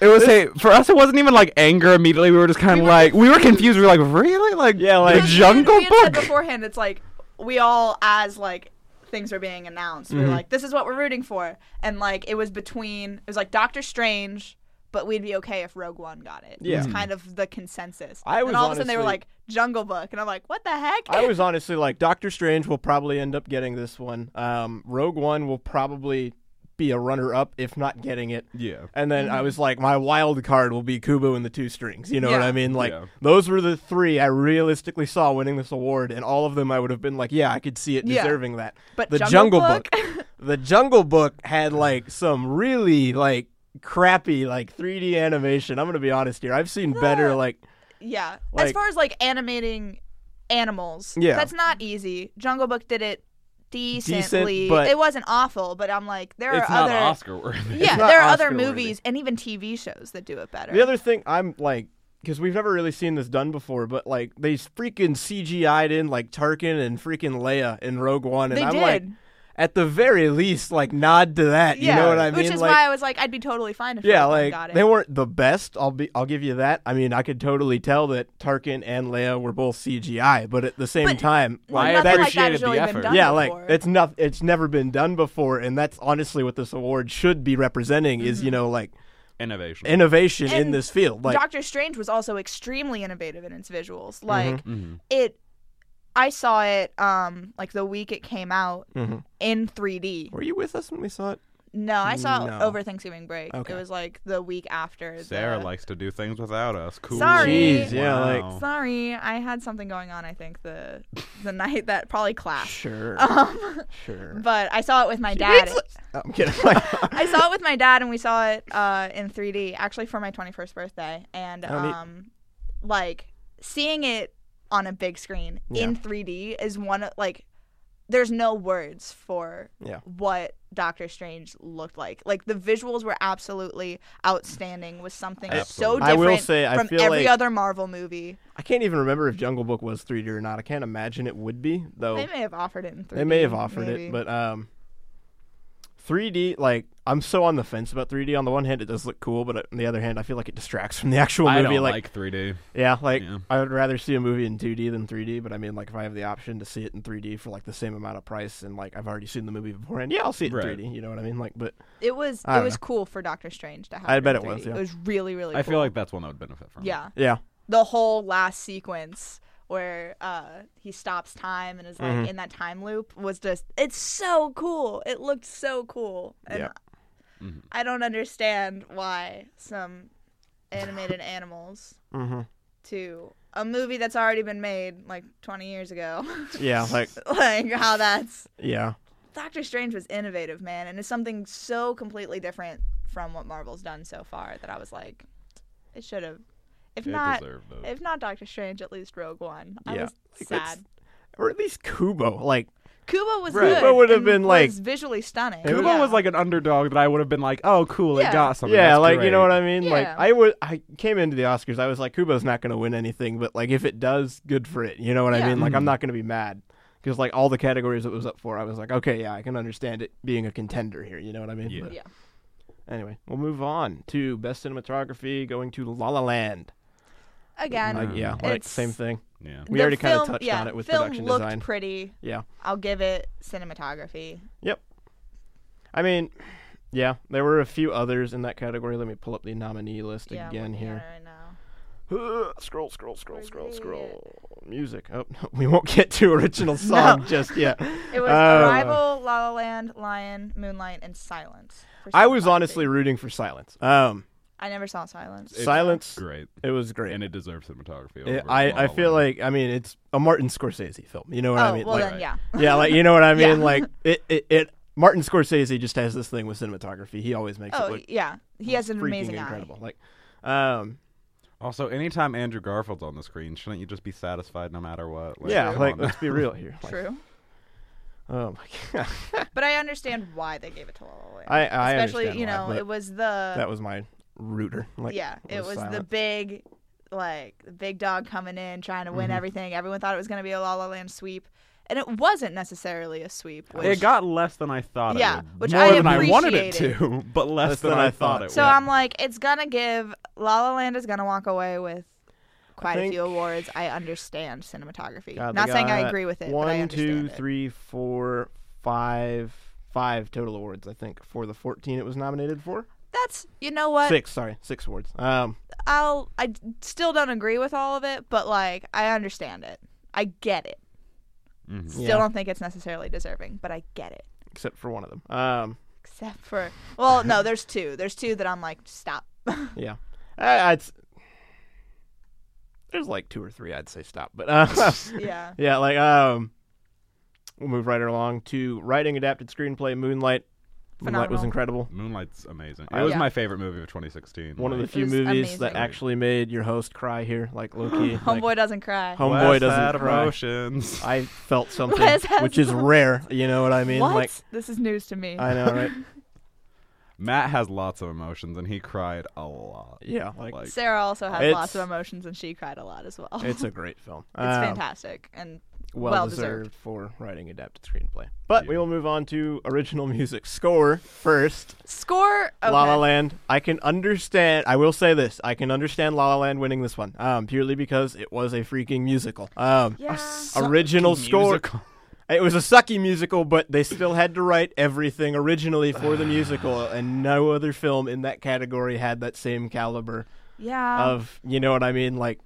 [SPEAKER 2] it was. Hey, for us, it wasn't even like anger immediately. We were just kind
[SPEAKER 3] We
[SPEAKER 2] of
[SPEAKER 3] were
[SPEAKER 2] like, we were confused. We were like, really? Like,
[SPEAKER 1] Yeah, like-
[SPEAKER 2] the
[SPEAKER 1] Because
[SPEAKER 3] we had-
[SPEAKER 2] Jungle
[SPEAKER 3] we had said
[SPEAKER 2] Book.
[SPEAKER 3] beforehand, it's like we all as like things were being announced. We were
[SPEAKER 1] Mm-hmm.
[SPEAKER 3] like, this is what we're rooting for, and like it was between it was like Doctor Strange. But we'd be okay if Rogue One got it.
[SPEAKER 1] Yeah.
[SPEAKER 3] It was kind of the consensus.
[SPEAKER 1] I was
[SPEAKER 3] and all of a sudden they were
[SPEAKER 1] honestly-
[SPEAKER 3] like, Jungle Book. And I'm like, what the heck?
[SPEAKER 1] I was honestly like Doctor Strange will probably end up getting this one. Um, Rogue One will probably be a runner up if not getting it.
[SPEAKER 2] Yeah.
[SPEAKER 1] And then I was like, my wild card will be Kubo and the Two Strings. You know what
[SPEAKER 3] Yeah.
[SPEAKER 1] I mean? Like
[SPEAKER 2] Yeah.
[SPEAKER 1] those were the three I realistically saw winning this award, and all of them I would have been like, yeah, I could see it
[SPEAKER 3] Yeah.
[SPEAKER 1] deserving that.
[SPEAKER 3] But
[SPEAKER 1] the
[SPEAKER 3] Jungle
[SPEAKER 1] Book, the Jungle Book had like some really like crappy like 3D animation. I'm gonna be honest here. I've seen better like
[SPEAKER 3] Yeah.
[SPEAKER 1] Like-
[SPEAKER 3] as far as like animating animals,
[SPEAKER 1] Yeah.
[SPEAKER 3] that's not easy. Jungle Book did it decently.
[SPEAKER 1] but-
[SPEAKER 3] it wasn't awful, but I'm like there are other
[SPEAKER 2] worthy.
[SPEAKER 3] Yeah,
[SPEAKER 1] not
[SPEAKER 3] there are other
[SPEAKER 1] Oscar-worthy.
[SPEAKER 3] movies and even TV shows that do it better.
[SPEAKER 1] The other thing I'm like, because we've never really seen this done before, but like they freaking CGI'd in like Tarkin and freaking Leia in Rogue One, and
[SPEAKER 3] They
[SPEAKER 1] I'm like,
[SPEAKER 3] did.
[SPEAKER 1] at the very least, like nod to that.
[SPEAKER 3] yeah,
[SPEAKER 1] You know what I mean?
[SPEAKER 3] Which is
[SPEAKER 1] like,
[SPEAKER 3] why I was like, I'd be totally fine if
[SPEAKER 1] yeah,
[SPEAKER 3] Rogue One
[SPEAKER 1] like
[SPEAKER 3] got it.
[SPEAKER 1] they weren't the best. I'll be, I'll give you that. I mean, I could totally tell that Tarkin and Leia were both CGI, but at the same
[SPEAKER 3] But
[SPEAKER 1] time,
[SPEAKER 2] I
[SPEAKER 1] like, that's
[SPEAKER 3] Nothing like that
[SPEAKER 2] appreciated
[SPEAKER 3] has
[SPEAKER 2] the
[SPEAKER 3] really
[SPEAKER 2] effort.
[SPEAKER 3] been done
[SPEAKER 1] yeah,
[SPEAKER 3] before.
[SPEAKER 1] like it's not it's never been done before, and that's honestly what this award should be representing is you know like
[SPEAKER 2] Innovation.
[SPEAKER 1] innovation in
[SPEAKER 3] Mm-hmm. And
[SPEAKER 1] this field. Like Mm-hmm.
[SPEAKER 3] Doctor Strange was also extremely innovative in its visuals. Like
[SPEAKER 2] Mm-hmm.
[SPEAKER 3] it, I saw it um like the week it came out
[SPEAKER 1] Mhm.
[SPEAKER 3] in 3D.
[SPEAKER 1] Were you with us when we saw it?
[SPEAKER 3] No, I saw it
[SPEAKER 1] No.
[SPEAKER 3] over Thanksgiving break.
[SPEAKER 1] Okay.
[SPEAKER 3] It was like the week after.
[SPEAKER 2] Sarah
[SPEAKER 3] the...
[SPEAKER 2] likes to do things without us. Cool.
[SPEAKER 3] Sorry.
[SPEAKER 1] Jeez, yeah,
[SPEAKER 2] Wow.
[SPEAKER 1] like
[SPEAKER 3] Sorry, I had something going on. I think the the night that probably class.
[SPEAKER 1] sure,
[SPEAKER 3] Um,
[SPEAKER 1] sure.
[SPEAKER 3] but I saw it with my dad.
[SPEAKER 1] Oh, I'm kidding.
[SPEAKER 3] I saw it with my dad, and we saw it uh, in 3D actually for my 21st birthday, and
[SPEAKER 1] Oh, neat.
[SPEAKER 3] um, like seeing it on a big screen in 3D is one of like there's no words for
[SPEAKER 1] Yeah.
[SPEAKER 3] what Doctor Strange looked like. Like the visuals were absolutely outstanding. Was something so
[SPEAKER 2] Absolutely.
[SPEAKER 1] I
[SPEAKER 3] different
[SPEAKER 1] will say, I
[SPEAKER 3] from
[SPEAKER 1] feel
[SPEAKER 3] every
[SPEAKER 1] like-
[SPEAKER 3] other Marvel movie.
[SPEAKER 1] I can't even remember if Jungle Book was 3D or not. I can't imagine it would be though.
[SPEAKER 3] They may have offered it in 3D.
[SPEAKER 1] They may have offered
[SPEAKER 3] maybe.
[SPEAKER 1] it, but um, 3D like I'm so on the fence about 3D. On the one hand, it does look cool, but on the other hand, I feel like it distracts from the actual
[SPEAKER 2] I
[SPEAKER 1] movie.
[SPEAKER 2] don't
[SPEAKER 1] like,
[SPEAKER 2] like 3D.
[SPEAKER 1] yeah, like
[SPEAKER 2] Yeah.
[SPEAKER 1] I would rather see a movie in 2D than 3D. But I mean, like if I have the option to see it in 3D for like the same amount of price, and like I've already seen the movie beforehand, yeah, I'll see it
[SPEAKER 2] Right.
[SPEAKER 1] in 3D. You know what I mean? Like, but
[SPEAKER 3] it was
[SPEAKER 1] I
[SPEAKER 3] it
[SPEAKER 1] don't
[SPEAKER 3] was
[SPEAKER 1] know.
[SPEAKER 3] cool for Doctor Strange to have.
[SPEAKER 1] I
[SPEAKER 3] in
[SPEAKER 1] bet it was,
[SPEAKER 3] 3D.
[SPEAKER 1] yeah.
[SPEAKER 3] It was really really.
[SPEAKER 2] I
[SPEAKER 3] cool.
[SPEAKER 2] feel like that's one that would benefit from. it.
[SPEAKER 3] yeah.
[SPEAKER 1] yeah,
[SPEAKER 3] the whole last sequence where uh, he stops time and is like in that time loop was just it's so cool it looked so cool and
[SPEAKER 1] Yep.
[SPEAKER 2] Mhm.
[SPEAKER 3] i don't understand why some animated animals
[SPEAKER 1] hmm
[SPEAKER 3] to a movie that's already been made like 20 years ago
[SPEAKER 1] yeah, like
[SPEAKER 3] like how that's
[SPEAKER 1] yeah,
[SPEAKER 3] doctor strange was innovative man and it's something so completely different from what marvel's done so far that i was like it should have if
[SPEAKER 2] It
[SPEAKER 3] not
[SPEAKER 2] deserved it.
[SPEAKER 3] if not Doctor Strange, at least Rogue One. I
[SPEAKER 1] Yeah.
[SPEAKER 3] was
[SPEAKER 1] Like, that's-
[SPEAKER 3] sad.
[SPEAKER 1] or at least Kubo. Like
[SPEAKER 3] Kubo was
[SPEAKER 1] Right.
[SPEAKER 3] good.
[SPEAKER 1] Kubo would have
[SPEAKER 3] and
[SPEAKER 1] been,
[SPEAKER 3] was
[SPEAKER 1] like-
[SPEAKER 3] visually stunning.
[SPEAKER 1] Kubo
[SPEAKER 2] Kubo
[SPEAKER 3] Yeah.
[SPEAKER 2] was like an underdog that I would have been like, oh, cool,
[SPEAKER 3] Yeah.
[SPEAKER 2] it got something.
[SPEAKER 1] yeah,
[SPEAKER 2] That's
[SPEAKER 1] like you
[SPEAKER 2] great.
[SPEAKER 1] know what I mean. Like
[SPEAKER 3] Yeah.
[SPEAKER 1] I would, I came into the Oscars. I was like, Kubo's not going to win anything, but like if it does, good for it. You know what I
[SPEAKER 3] Yeah.
[SPEAKER 1] mean? Like I'm
[SPEAKER 2] Mhm.
[SPEAKER 1] not going to be mad because like all the categories it was up for, I was like, okay, yeah, I can understand it being a contender here. You know what I mean?
[SPEAKER 2] Yeah.
[SPEAKER 1] But
[SPEAKER 3] Yeah.
[SPEAKER 1] Anyway, we'll move on to best cinematography, going to La La Land.
[SPEAKER 3] again.
[SPEAKER 1] Like,
[SPEAKER 2] Mm.
[SPEAKER 1] yeah, like
[SPEAKER 3] It's-
[SPEAKER 1] same thing.
[SPEAKER 2] Yeah.
[SPEAKER 1] we
[SPEAKER 3] the
[SPEAKER 1] already kinda
[SPEAKER 3] film-
[SPEAKER 1] touched
[SPEAKER 3] yeah,
[SPEAKER 1] on it with
[SPEAKER 3] film
[SPEAKER 1] production
[SPEAKER 3] looked
[SPEAKER 1] design.
[SPEAKER 3] Pretty.
[SPEAKER 1] Yeah.
[SPEAKER 3] I'll give it cinematography.
[SPEAKER 1] I mean, yeah, there were a few others in that category. Let me pull up the nominee list
[SPEAKER 3] Yeah, uh, I'm
[SPEAKER 1] again
[SPEAKER 3] looking at
[SPEAKER 1] here.
[SPEAKER 3] it right now.
[SPEAKER 1] Ugh, scroll, scroll, scroll,
[SPEAKER 3] Where's
[SPEAKER 1] scroll,
[SPEAKER 3] it?
[SPEAKER 1] scroll. Music. Oh, no, we won't get to original song just yet.
[SPEAKER 3] It was
[SPEAKER 1] Uh,
[SPEAKER 3] Arrival, La La Land, Lion, Moonlight, and Silence. for
[SPEAKER 1] I was
[SPEAKER 3] cinematography.
[SPEAKER 1] honestly rooting for Silence. Um,
[SPEAKER 3] I never saw Silence.
[SPEAKER 2] It's
[SPEAKER 1] Silence.
[SPEAKER 2] Great.
[SPEAKER 1] It was great.
[SPEAKER 2] And it deserves cinematography.
[SPEAKER 1] It-
[SPEAKER 2] over La
[SPEAKER 1] I, I
[SPEAKER 2] La
[SPEAKER 1] feel
[SPEAKER 2] Land.
[SPEAKER 1] like I mean it's a Martin Scorsese film. You know what
[SPEAKER 3] oh
[SPEAKER 1] I mean?
[SPEAKER 3] well,
[SPEAKER 1] like,
[SPEAKER 3] then yeah.
[SPEAKER 1] yeah, like you know what I
[SPEAKER 3] Yeah.
[SPEAKER 1] mean. Like it, it, it. Martin Scorsese just has this thing with cinematography. He always makes it
[SPEAKER 3] Oh
[SPEAKER 1] look
[SPEAKER 3] yeah. He has an
[SPEAKER 1] freaking
[SPEAKER 3] amazing
[SPEAKER 1] incredible. Like, um,
[SPEAKER 2] Also, anytime Andrew Garfield's on the screen, shouldn't you just be satisfied no matter what?
[SPEAKER 1] yeah,
[SPEAKER 2] come
[SPEAKER 1] like
[SPEAKER 2] on.
[SPEAKER 1] let's be real here.
[SPEAKER 3] eye.
[SPEAKER 1] Like,
[SPEAKER 3] True.
[SPEAKER 1] Oh my god,
[SPEAKER 3] But I understand why they gave it to La La Land.
[SPEAKER 1] I, I
[SPEAKER 3] Especially,
[SPEAKER 1] understand
[SPEAKER 3] you
[SPEAKER 1] why,
[SPEAKER 3] know,
[SPEAKER 1] but
[SPEAKER 3] it was the
[SPEAKER 1] that was my rooter. Like,
[SPEAKER 3] Uh, yeah, it was the
[SPEAKER 1] Silence.
[SPEAKER 3] big, like the big dog coming in trying to win
[SPEAKER 1] Mhm.
[SPEAKER 3] everything. Everyone thought it was going to be a La La Land sweep, and it wasn't necessarily a sweep. Which,
[SPEAKER 2] It got less than I thought.
[SPEAKER 3] Yeah,
[SPEAKER 2] it would.
[SPEAKER 3] which
[SPEAKER 2] more
[SPEAKER 3] I
[SPEAKER 2] than I wanted it
[SPEAKER 3] appreciated.
[SPEAKER 2] to, but less, than, I thought it
[SPEAKER 3] so
[SPEAKER 2] would.
[SPEAKER 3] I'm like, it's gonna give La La Land is gonna walk away with quite a
[SPEAKER 1] think-
[SPEAKER 3] few awards. I understand cinematography.
[SPEAKER 1] God, they
[SPEAKER 3] Not saying I
[SPEAKER 1] got
[SPEAKER 3] agree with it, but I
[SPEAKER 1] One,
[SPEAKER 3] understand
[SPEAKER 1] two,
[SPEAKER 3] it.
[SPEAKER 1] three, four, five, five total awards. I think for the fourteen it was nominated for.
[SPEAKER 3] That's you know what
[SPEAKER 1] Six, sorry, six awards. Um,
[SPEAKER 3] I'll I d- still don't agree with all of it, but like I understand it. I get it.
[SPEAKER 2] Mhm.
[SPEAKER 3] Still
[SPEAKER 1] Yeah.
[SPEAKER 3] don't think it's necessarily deserving, but I get it.
[SPEAKER 1] except for one of them. Um,
[SPEAKER 3] except for well no there's two there's two that i'm like stop
[SPEAKER 1] yeah, I, I'd s- there's like two or three I'd say stop, but uh,
[SPEAKER 3] yeah
[SPEAKER 1] yeah, like um, we'll move right along to writing adapted screenplay Moonlight. Moonlight was
[SPEAKER 3] Phenomenal.
[SPEAKER 1] incredible.
[SPEAKER 2] Moonlight's amazing.
[SPEAKER 1] I-
[SPEAKER 2] It was
[SPEAKER 3] Yeah.
[SPEAKER 2] my favorite movie of 2016.
[SPEAKER 1] One of the
[SPEAKER 2] like,
[SPEAKER 1] few
[SPEAKER 3] was
[SPEAKER 1] movies that
[SPEAKER 3] amazing. Oh,
[SPEAKER 1] actually made your host cry here, like Loki.
[SPEAKER 3] homeboy doesn't cry
[SPEAKER 1] homeboy
[SPEAKER 2] West
[SPEAKER 1] doesn't
[SPEAKER 2] Side
[SPEAKER 1] cry.
[SPEAKER 2] emotions.
[SPEAKER 1] I felt something,
[SPEAKER 3] Wes has
[SPEAKER 1] which is
[SPEAKER 3] some-
[SPEAKER 1] rare. You know what I mean?
[SPEAKER 3] what
[SPEAKER 1] Like
[SPEAKER 3] this is news to me
[SPEAKER 1] I know, right?
[SPEAKER 2] Matt has lots of emotions, and he cried a lot.
[SPEAKER 1] Yeah, like,
[SPEAKER 2] Like,
[SPEAKER 3] sarah also had
[SPEAKER 1] It's-
[SPEAKER 3] lots of emotions and she cried a lot as well
[SPEAKER 1] it's a great film. Um,
[SPEAKER 3] It's fantastic and
[SPEAKER 1] Well,
[SPEAKER 3] well-deserved.
[SPEAKER 1] deserved for writing adapted screenplay. But we
[SPEAKER 2] Yeah.
[SPEAKER 1] will move on to original music score first.
[SPEAKER 3] score okay.
[SPEAKER 1] La La Land. I can understand. I will say this. I can understand La La Land winning this one, um, purely because it was a freaking musical. Um,
[SPEAKER 3] yeah
[SPEAKER 1] original score.
[SPEAKER 2] Musical.
[SPEAKER 1] It was a sucky musical, but they still had to write everything originally for the musical, and no other film in that category had that same caliber
[SPEAKER 3] yeah
[SPEAKER 1] of you know what I mean, like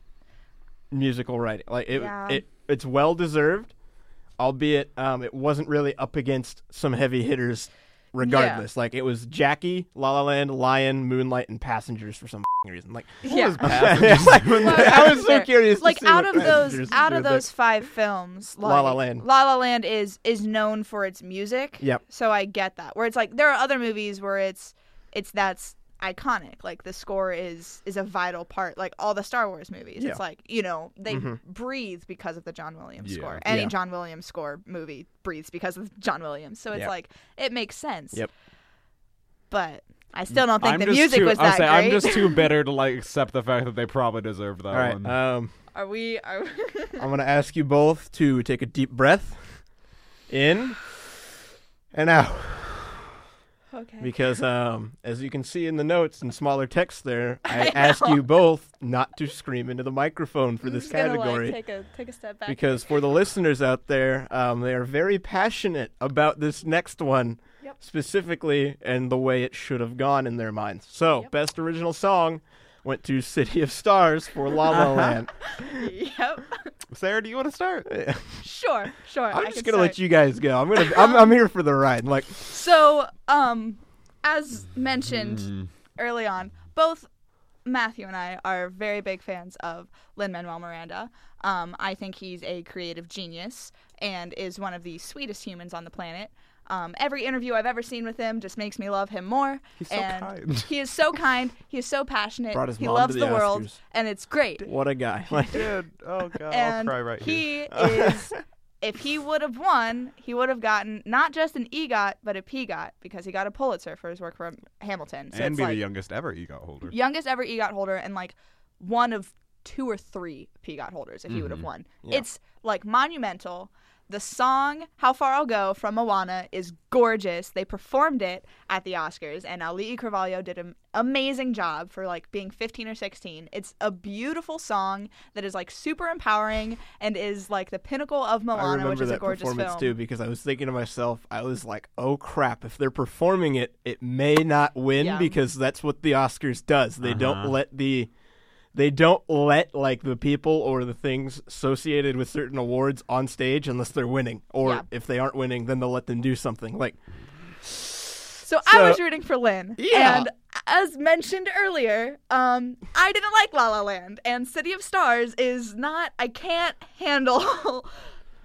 [SPEAKER 1] musical writing. Like it,
[SPEAKER 3] Yeah.
[SPEAKER 1] it it's well deserved, albeit um, it wasn't really up against some heavy hitters regardless. Like it was Jackie, La La Land, Lion, Moonlight, and Passengers for some f***ing reason. Like,
[SPEAKER 3] Yeah.
[SPEAKER 1] Passengers? I was so
[SPEAKER 3] Sure.
[SPEAKER 1] curious.
[SPEAKER 3] Like
[SPEAKER 1] to see
[SPEAKER 3] out
[SPEAKER 1] what
[SPEAKER 3] of those
[SPEAKER 1] Passengers
[SPEAKER 3] out of
[SPEAKER 1] did.
[SPEAKER 3] those five films, like,
[SPEAKER 1] La La Land.
[SPEAKER 3] La La Land is is known for its music.
[SPEAKER 1] Yep.
[SPEAKER 3] So I get that. Where it's like there are other movies where it's it's that's iconic. Like the score is is a vital part. Like all the Star Wars movies.
[SPEAKER 1] Yeah. Mm-hmm.
[SPEAKER 3] It's like you know they breathe because of the John Williams
[SPEAKER 2] Yeah.
[SPEAKER 3] score. Any
[SPEAKER 1] Yeah.
[SPEAKER 3] John Williams score movie breathes because of John Williams. So it's
[SPEAKER 1] Yep.
[SPEAKER 3] like it makes sense.
[SPEAKER 1] Yep.
[SPEAKER 3] But I still don't think
[SPEAKER 2] I'm
[SPEAKER 3] the
[SPEAKER 2] just
[SPEAKER 3] music
[SPEAKER 2] too,
[SPEAKER 3] was
[SPEAKER 2] I'll
[SPEAKER 3] that
[SPEAKER 2] say,
[SPEAKER 3] great.
[SPEAKER 2] I'm just too bitter to like accept the fact that they probably deserved that
[SPEAKER 1] All right,
[SPEAKER 2] one.
[SPEAKER 1] um,
[SPEAKER 3] Are we? Are
[SPEAKER 1] I'm gonna ask you both to take a deep breath, in and out,
[SPEAKER 3] okay?
[SPEAKER 1] because um, as you can see in the notes and smaller text there, I, ask you both not to scream into the microphone for this category.
[SPEAKER 3] take a take a step back.
[SPEAKER 1] because for the listeners out there, um, they are very passionate about this next one
[SPEAKER 3] Yep.
[SPEAKER 1] specifically and the way it should have gone in their minds. So,
[SPEAKER 3] Yep.
[SPEAKER 1] best original song went to "City of Stars" for La La Land.
[SPEAKER 3] yep.
[SPEAKER 2] Sarah, do you want to start?
[SPEAKER 3] Sure. Sure.
[SPEAKER 1] I'm just gonna let you guys go. I'm gonna. I'm, I'm here for the ride. Like,
[SPEAKER 3] So, um, as mentioned
[SPEAKER 1] Mm.
[SPEAKER 3] early on, both Matthew and I are very big fans of Lin Manuel Miranda. Um, I think he's a creative genius and is one of the sweetest humans on the planet. Um, every interview I've ever seen with him just makes me love him more. He's
[SPEAKER 2] so
[SPEAKER 3] and
[SPEAKER 2] kind.
[SPEAKER 3] He is so kind. He is so passionate.
[SPEAKER 1] Brought his
[SPEAKER 3] he
[SPEAKER 1] mom to
[SPEAKER 3] loves
[SPEAKER 1] the
[SPEAKER 3] the, world,
[SPEAKER 1] Oscars.
[SPEAKER 3] and it's great.
[SPEAKER 1] what a guy! Like,
[SPEAKER 2] Dude, oh god,
[SPEAKER 3] and he is if he would have won he would have gotten not just an egot but a pegot because he got a pulitzer for his work for hamilton so
[SPEAKER 2] and
[SPEAKER 3] it's
[SPEAKER 2] be
[SPEAKER 3] like
[SPEAKER 2] the youngest ever EGOT holder.
[SPEAKER 3] youngest ever egot holder and like one of two or three pegot holders if he
[SPEAKER 1] Mm-hmm.
[SPEAKER 3] would have won it's like monumental the song how far i'll go from moana is gorgeous they performed it at the oscars and ali carvalho did an amazing job for like being 15 or 16 it's a beautiful song that is like super empowering and is like the pinnacle of
[SPEAKER 1] I
[SPEAKER 3] moana which
[SPEAKER 1] remember
[SPEAKER 3] is a
[SPEAKER 1] that
[SPEAKER 3] gorgeous
[SPEAKER 1] performance
[SPEAKER 3] film
[SPEAKER 1] too because I was thinking to myself, I was like, "Oh crap! If they're performing it, it may not win
[SPEAKER 3] Yeah.
[SPEAKER 1] because that's what the Oscars does. They don't
[SPEAKER 2] Uh-huh.
[SPEAKER 1] let the, they don't let like the people or the things associated with certain awards on stage unless they're winning, or
[SPEAKER 3] Yeah.
[SPEAKER 1] if they aren't winning, then they'll let them do something. Like,
[SPEAKER 3] So,
[SPEAKER 1] So-
[SPEAKER 3] I was rooting for Lynn.
[SPEAKER 1] Yeah.
[SPEAKER 3] And as mentioned earlier, um, I didn't like La La Land, and City of Stars is not. I can't handle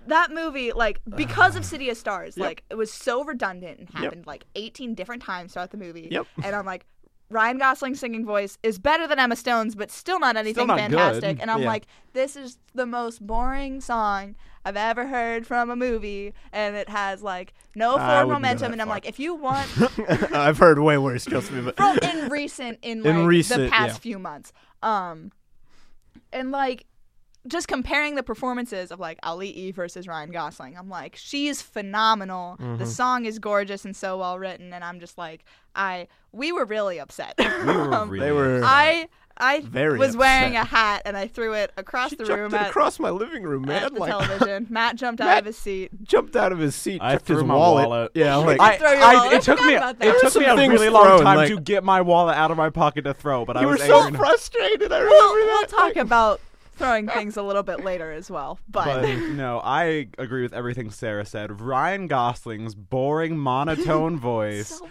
[SPEAKER 3] that movie. Like because of City of Stars, like it was so redundant and happened like 18 different times throughout the movie.
[SPEAKER 1] Yep.
[SPEAKER 3] And I'm like, Ryan Gosling's singing voice is better than Emma Stone's, but still not anything
[SPEAKER 2] not good.
[SPEAKER 3] fantastic. And I'm
[SPEAKER 1] Yeah.
[SPEAKER 3] like, this is the most boring song. I've ever heard from a movie, and it has like
[SPEAKER 1] I
[SPEAKER 3] no forward
[SPEAKER 1] wouldn't go
[SPEAKER 3] momentum.
[SPEAKER 1] that
[SPEAKER 3] And I'm
[SPEAKER 1] far.
[SPEAKER 3] like, if you want
[SPEAKER 1] I've heard way worse. Trust me, but
[SPEAKER 3] well, Oh, in recent in like
[SPEAKER 1] In recent,
[SPEAKER 3] the past
[SPEAKER 1] yeah.
[SPEAKER 3] few months. Um and like just comparing the performances of like Ali E versus Ryan Gosling, I'm like, she's phenomenal.
[SPEAKER 1] Mm-hmm.
[SPEAKER 3] The song is gorgeous and so well written, and I'm just like, I we were really upset.
[SPEAKER 2] we were
[SPEAKER 3] Um,
[SPEAKER 2] really
[SPEAKER 1] they were-
[SPEAKER 3] I I
[SPEAKER 1] Very
[SPEAKER 3] was wearing a
[SPEAKER 1] upset.
[SPEAKER 3] hat and I threw it across
[SPEAKER 1] she
[SPEAKER 3] the
[SPEAKER 1] jumped
[SPEAKER 3] room
[SPEAKER 1] it
[SPEAKER 3] at,
[SPEAKER 1] across my living room, man.
[SPEAKER 3] at the
[SPEAKER 1] like,
[SPEAKER 3] television. Matt jumped out
[SPEAKER 1] Matt-
[SPEAKER 3] of his seat.
[SPEAKER 1] jumped out of his seat,
[SPEAKER 2] I
[SPEAKER 1] took
[SPEAKER 2] threw
[SPEAKER 1] his
[SPEAKER 2] my
[SPEAKER 1] wallet.
[SPEAKER 2] wallet.
[SPEAKER 1] Yeah, I'm like,
[SPEAKER 2] I,
[SPEAKER 3] throw your
[SPEAKER 2] I-
[SPEAKER 3] wallet. I
[SPEAKER 2] it took
[SPEAKER 3] forgot
[SPEAKER 2] me.
[SPEAKER 3] about that.
[SPEAKER 2] It
[SPEAKER 1] There
[SPEAKER 2] took
[SPEAKER 1] were
[SPEAKER 2] me a
[SPEAKER 1] some things
[SPEAKER 2] really long
[SPEAKER 1] thrown,
[SPEAKER 2] time
[SPEAKER 1] like-
[SPEAKER 2] to get my wallet out of my pocket to throw, but I
[SPEAKER 1] you were
[SPEAKER 2] was
[SPEAKER 1] so
[SPEAKER 2] angry.
[SPEAKER 1] frustrated. I
[SPEAKER 3] We'll,
[SPEAKER 1] remember
[SPEAKER 3] we'll
[SPEAKER 1] that.
[SPEAKER 3] talk about throwing things a little bit later as well.
[SPEAKER 2] But no, I agree with everything Sarah said. Ryan Gosling's boring monotone voice
[SPEAKER 3] so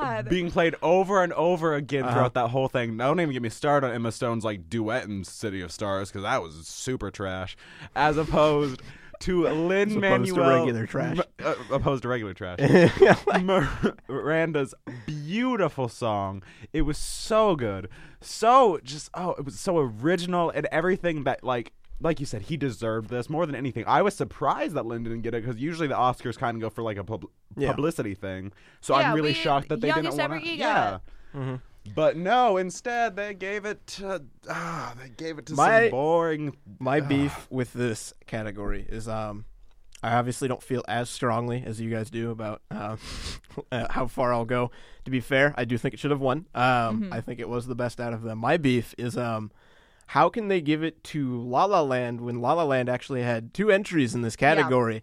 [SPEAKER 3] bad.
[SPEAKER 2] being played over and over again
[SPEAKER 1] Uh-huh.
[SPEAKER 2] throughout that whole thing. Don't even get me started on Emma Stone's like duet in City of Stars because that was super trash, as opposed to Lin
[SPEAKER 1] opposed
[SPEAKER 2] Manuel
[SPEAKER 1] to regular trash.
[SPEAKER 2] uh, opposed to regular trash.
[SPEAKER 1] Yeah, like-
[SPEAKER 2] Miranda's beautiful song. It was so good. So just oh, it was so original and everything that like like you said, he deserved this more than anything. I was surprised that Lynn didn't get it because usually the Oscars kind of go for like a pub-
[SPEAKER 1] Yeah.
[SPEAKER 2] publicity thing. So
[SPEAKER 3] Yeah,
[SPEAKER 2] I'm really
[SPEAKER 3] we-
[SPEAKER 2] shocked that they didn't
[SPEAKER 3] youngest
[SPEAKER 2] want
[SPEAKER 3] ever
[SPEAKER 2] to.
[SPEAKER 3] EGOT.
[SPEAKER 2] Yeah. But no, instead they gave it to ah, they gave it to
[SPEAKER 1] My-
[SPEAKER 2] some boring.
[SPEAKER 1] My beef with this category is um, I obviously don't feel as strongly as you guys do about uh, uh, how far I'll go. To be fair, I do think it should have won. Um,
[SPEAKER 3] Mm-hmm.
[SPEAKER 1] I think it was the best out of them. My beef is um, how can they give it to La La Land when La La Land actually had two entries in this category?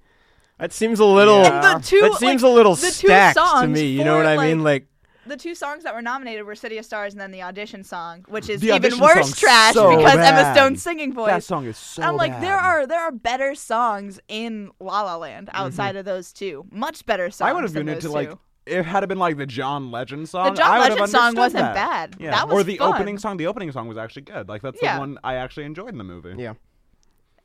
[SPEAKER 1] That seems a little.
[SPEAKER 2] And the
[SPEAKER 3] two,
[SPEAKER 1] that seems
[SPEAKER 3] like,
[SPEAKER 1] a little
[SPEAKER 3] the two
[SPEAKER 1] stacked to
[SPEAKER 3] songs
[SPEAKER 1] me. You know
[SPEAKER 3] for,
[SPEAKER 1] what I mean? Like
[SPEAKER 3] the two songs that were nominated were City of Stars and then the audition song, which is
[SPEAKER 2] The
[SPEAKER 3] even
[SPEAKER 2] audition
[SPEAKER 3] worse
[SPEAKER 2] song's
[SPEAKER 3] trash
[SPEAKER 2] so
[SPEAKER 3] because Emma
[SPEAKER 2] bad.
[SPEAKER 3] Stone's singing voice.
[SPEAKER 2] That song is so.
[SPEAKER 3] I'm like, there
[SPEAKER 2] bad. Mm-hmm.
[SPEAKER 3] are there are better songs in La La Land outside of those two. Much better songs.
[SPEAKER 2] I would have
[SPEAKER 3] than
[SPEAKER 2] been
[SPEAKER 3] those
[SPEAKER 2] into like
[SPEAKER 3] two.
[SPEAKER 2] it had it been like the John Legend song,
[SPEAKER 3] John
[SPEAKER 2] I would
[SPEAKER 3] Legend
[SPEAKER 2] have
[SPEAKER 3] song
[SPEAKER 2] understood that.
[SPEAKER 3] wasn't bad.
[SPEAKER 2] Yeah.
[SPEAKER 3] That
[SPEAKER 2] or
[SPEAKER 3] was
[SPEAKER 2] the
[SPEAKER 3] fun.
[SPEAKER 2] opening song. The opening song was actually good. Like that's
[SPEAKER 3] Yeah.
[SPEAKER 2] the one I actually enjoyed in the movie.
[SPEAKER 1] Yeah.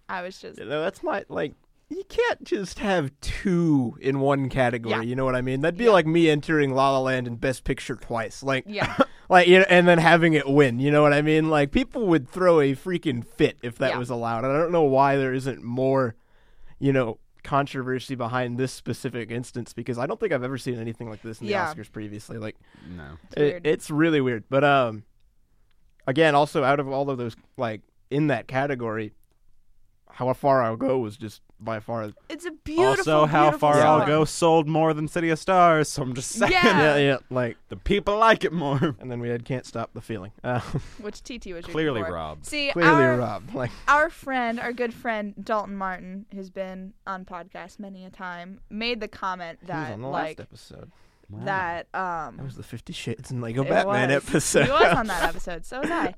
[SPEAKER 3] I was just
[SPEAKER 1] You know, that's my like you can't just have two in one category.
[SPEAKER 3] Yeah.
[SPEAKER 1] You know what I mean? That'd be like me entering La La Land and Best Picture twice. Like
[SPEAKER 3] Yeah.
[SPEAKER 1] like you know, and then having it win. You know what I mean? Like people would throw a freaking fit if that
[SPEAKER 3] Yeah.
[SPEAKER 1] was allowed. And I don't know why there isn't more, you know, controversy behind this specific instance because I don't think I've ever seen anything like this in
[SPEAKER 3] Yeah.
[SPEAKER 1] the Oscars previously. Like
[SPEAKER 2] No.
[SPEAKER 1] it-
[SPEAKER 3] weird.
[SPEAKER 1] it's really weird. But um, again, also out of all of those, like in that category, how far I'll go was just by far.
[SPEAKER 3] It's a beautiful
[SPEAKER 2] also, how
[SPEAKER 3] beautiful
[SPEAKER 2] far
[SPEAKER 3] song.
[SPEAKER 2] I'll go sold more than City of Stars. So I'm just saying,
[SPEAKER 3] Yeah.
[SPEAKER 1] Yeah, yeah. Like,
[SPEAKER 2] the people like it more.
[SPEAKER 1] and then we had can't stop the feeling. Uh,
[SPEAKER 3] Which TT was rooting
[SPEAKER 2] Clearly,
[SPEAKER 3] for.
[SPEAKER 2] Rob.
[SPEAKER 3] See,
[SPEAKER 1] clearly,
[SPEAKER 3] our,
[SPEAKER 1] Rob. Like,
[SPEAKER 3] our friend, our good friend Dalton Martin, who's been on podcast many a time, made the comment
[SPEAKER 1] he was
[SPEAKER 3] that
[SPEAKER 1] on the
[SPEAKER 3] like
[SPEAKER 1] last episode.
[SPEAKER 2] Wow.
[SPEAKER 3] that
[SPEAKER 1] That
[SPEAKER 3] um
[SPEAKER 1] was the Fifty Shades and Lego
[SPEAKER 3] it
[SPEAKER 1] Batman
[SPEAKER 3] was.
[SPEAKER 1] episode.
[SPEAKER 3] He was on that episode, so was I.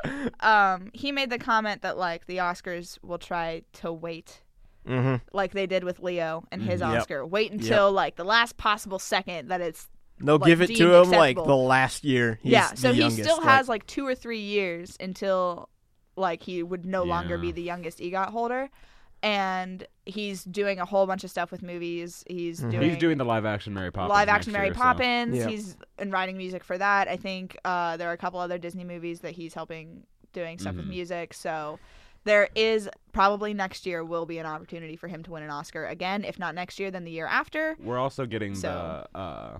[SPEAKER 3] Um, he made the comment that like the Oscars will try to wait
[SPEAKER 1] hmm
[SPEAKER 3] like they did with Leo and his
[SPEAKER 1] Mhm. Yep.
[SPEAKER 3] Oscar. Wait until like the last possible second that it's
[SPEAKER 1] They'll
[SPEAKER 3] Like,
[SPEAKER 1] give it
[SPEAKER 3] deemed
[SPEAKER 1] to him like the
[SPEAKER 3] acceptable.
[SPEAKER 1] last year. He's
[SPEAKER 3] yeah. So
[SPEAKER 1] the
[SPEAKER 3] he
[SPEAKER 1] youngest,
[SPEAKER 3] still
[SPEAKER 1] like-
[SPEAKER 3] has like two or three years until like he would no longer
[SPEAKER 2] Yeah.
[SPEAKER 3] be the youngest EGOT holder, and he's doing a whole bunch of stuff with movies. He's
[SPEAKER 1] Mhm.
[SPEAKER 3] doing
[SPEAKER 2] He's doing the live action Mary Poppins.
[SPEAKER 3] live action
[SPEAKER 2] next
[SPEAKER 3] Mary
[SPEAKER 2] year, so-
[SPEAKER 3] Poppins.
[SPEAKER 1] Yeah.
[SPEAKER 3] He's and writing music for that. I think uh, there are a couple other Disney movies that he's helping doing stuff with
[SPEAKER 2] Mhm.
[SPEAKER 3] music. So there is probably next year will be an opportunity for him to win an Oscar again. If not next year, then the year after.
[SPEAKER 2] We're also getting
[SPEAKER 3] So-
[SPEAKER 2] the uh,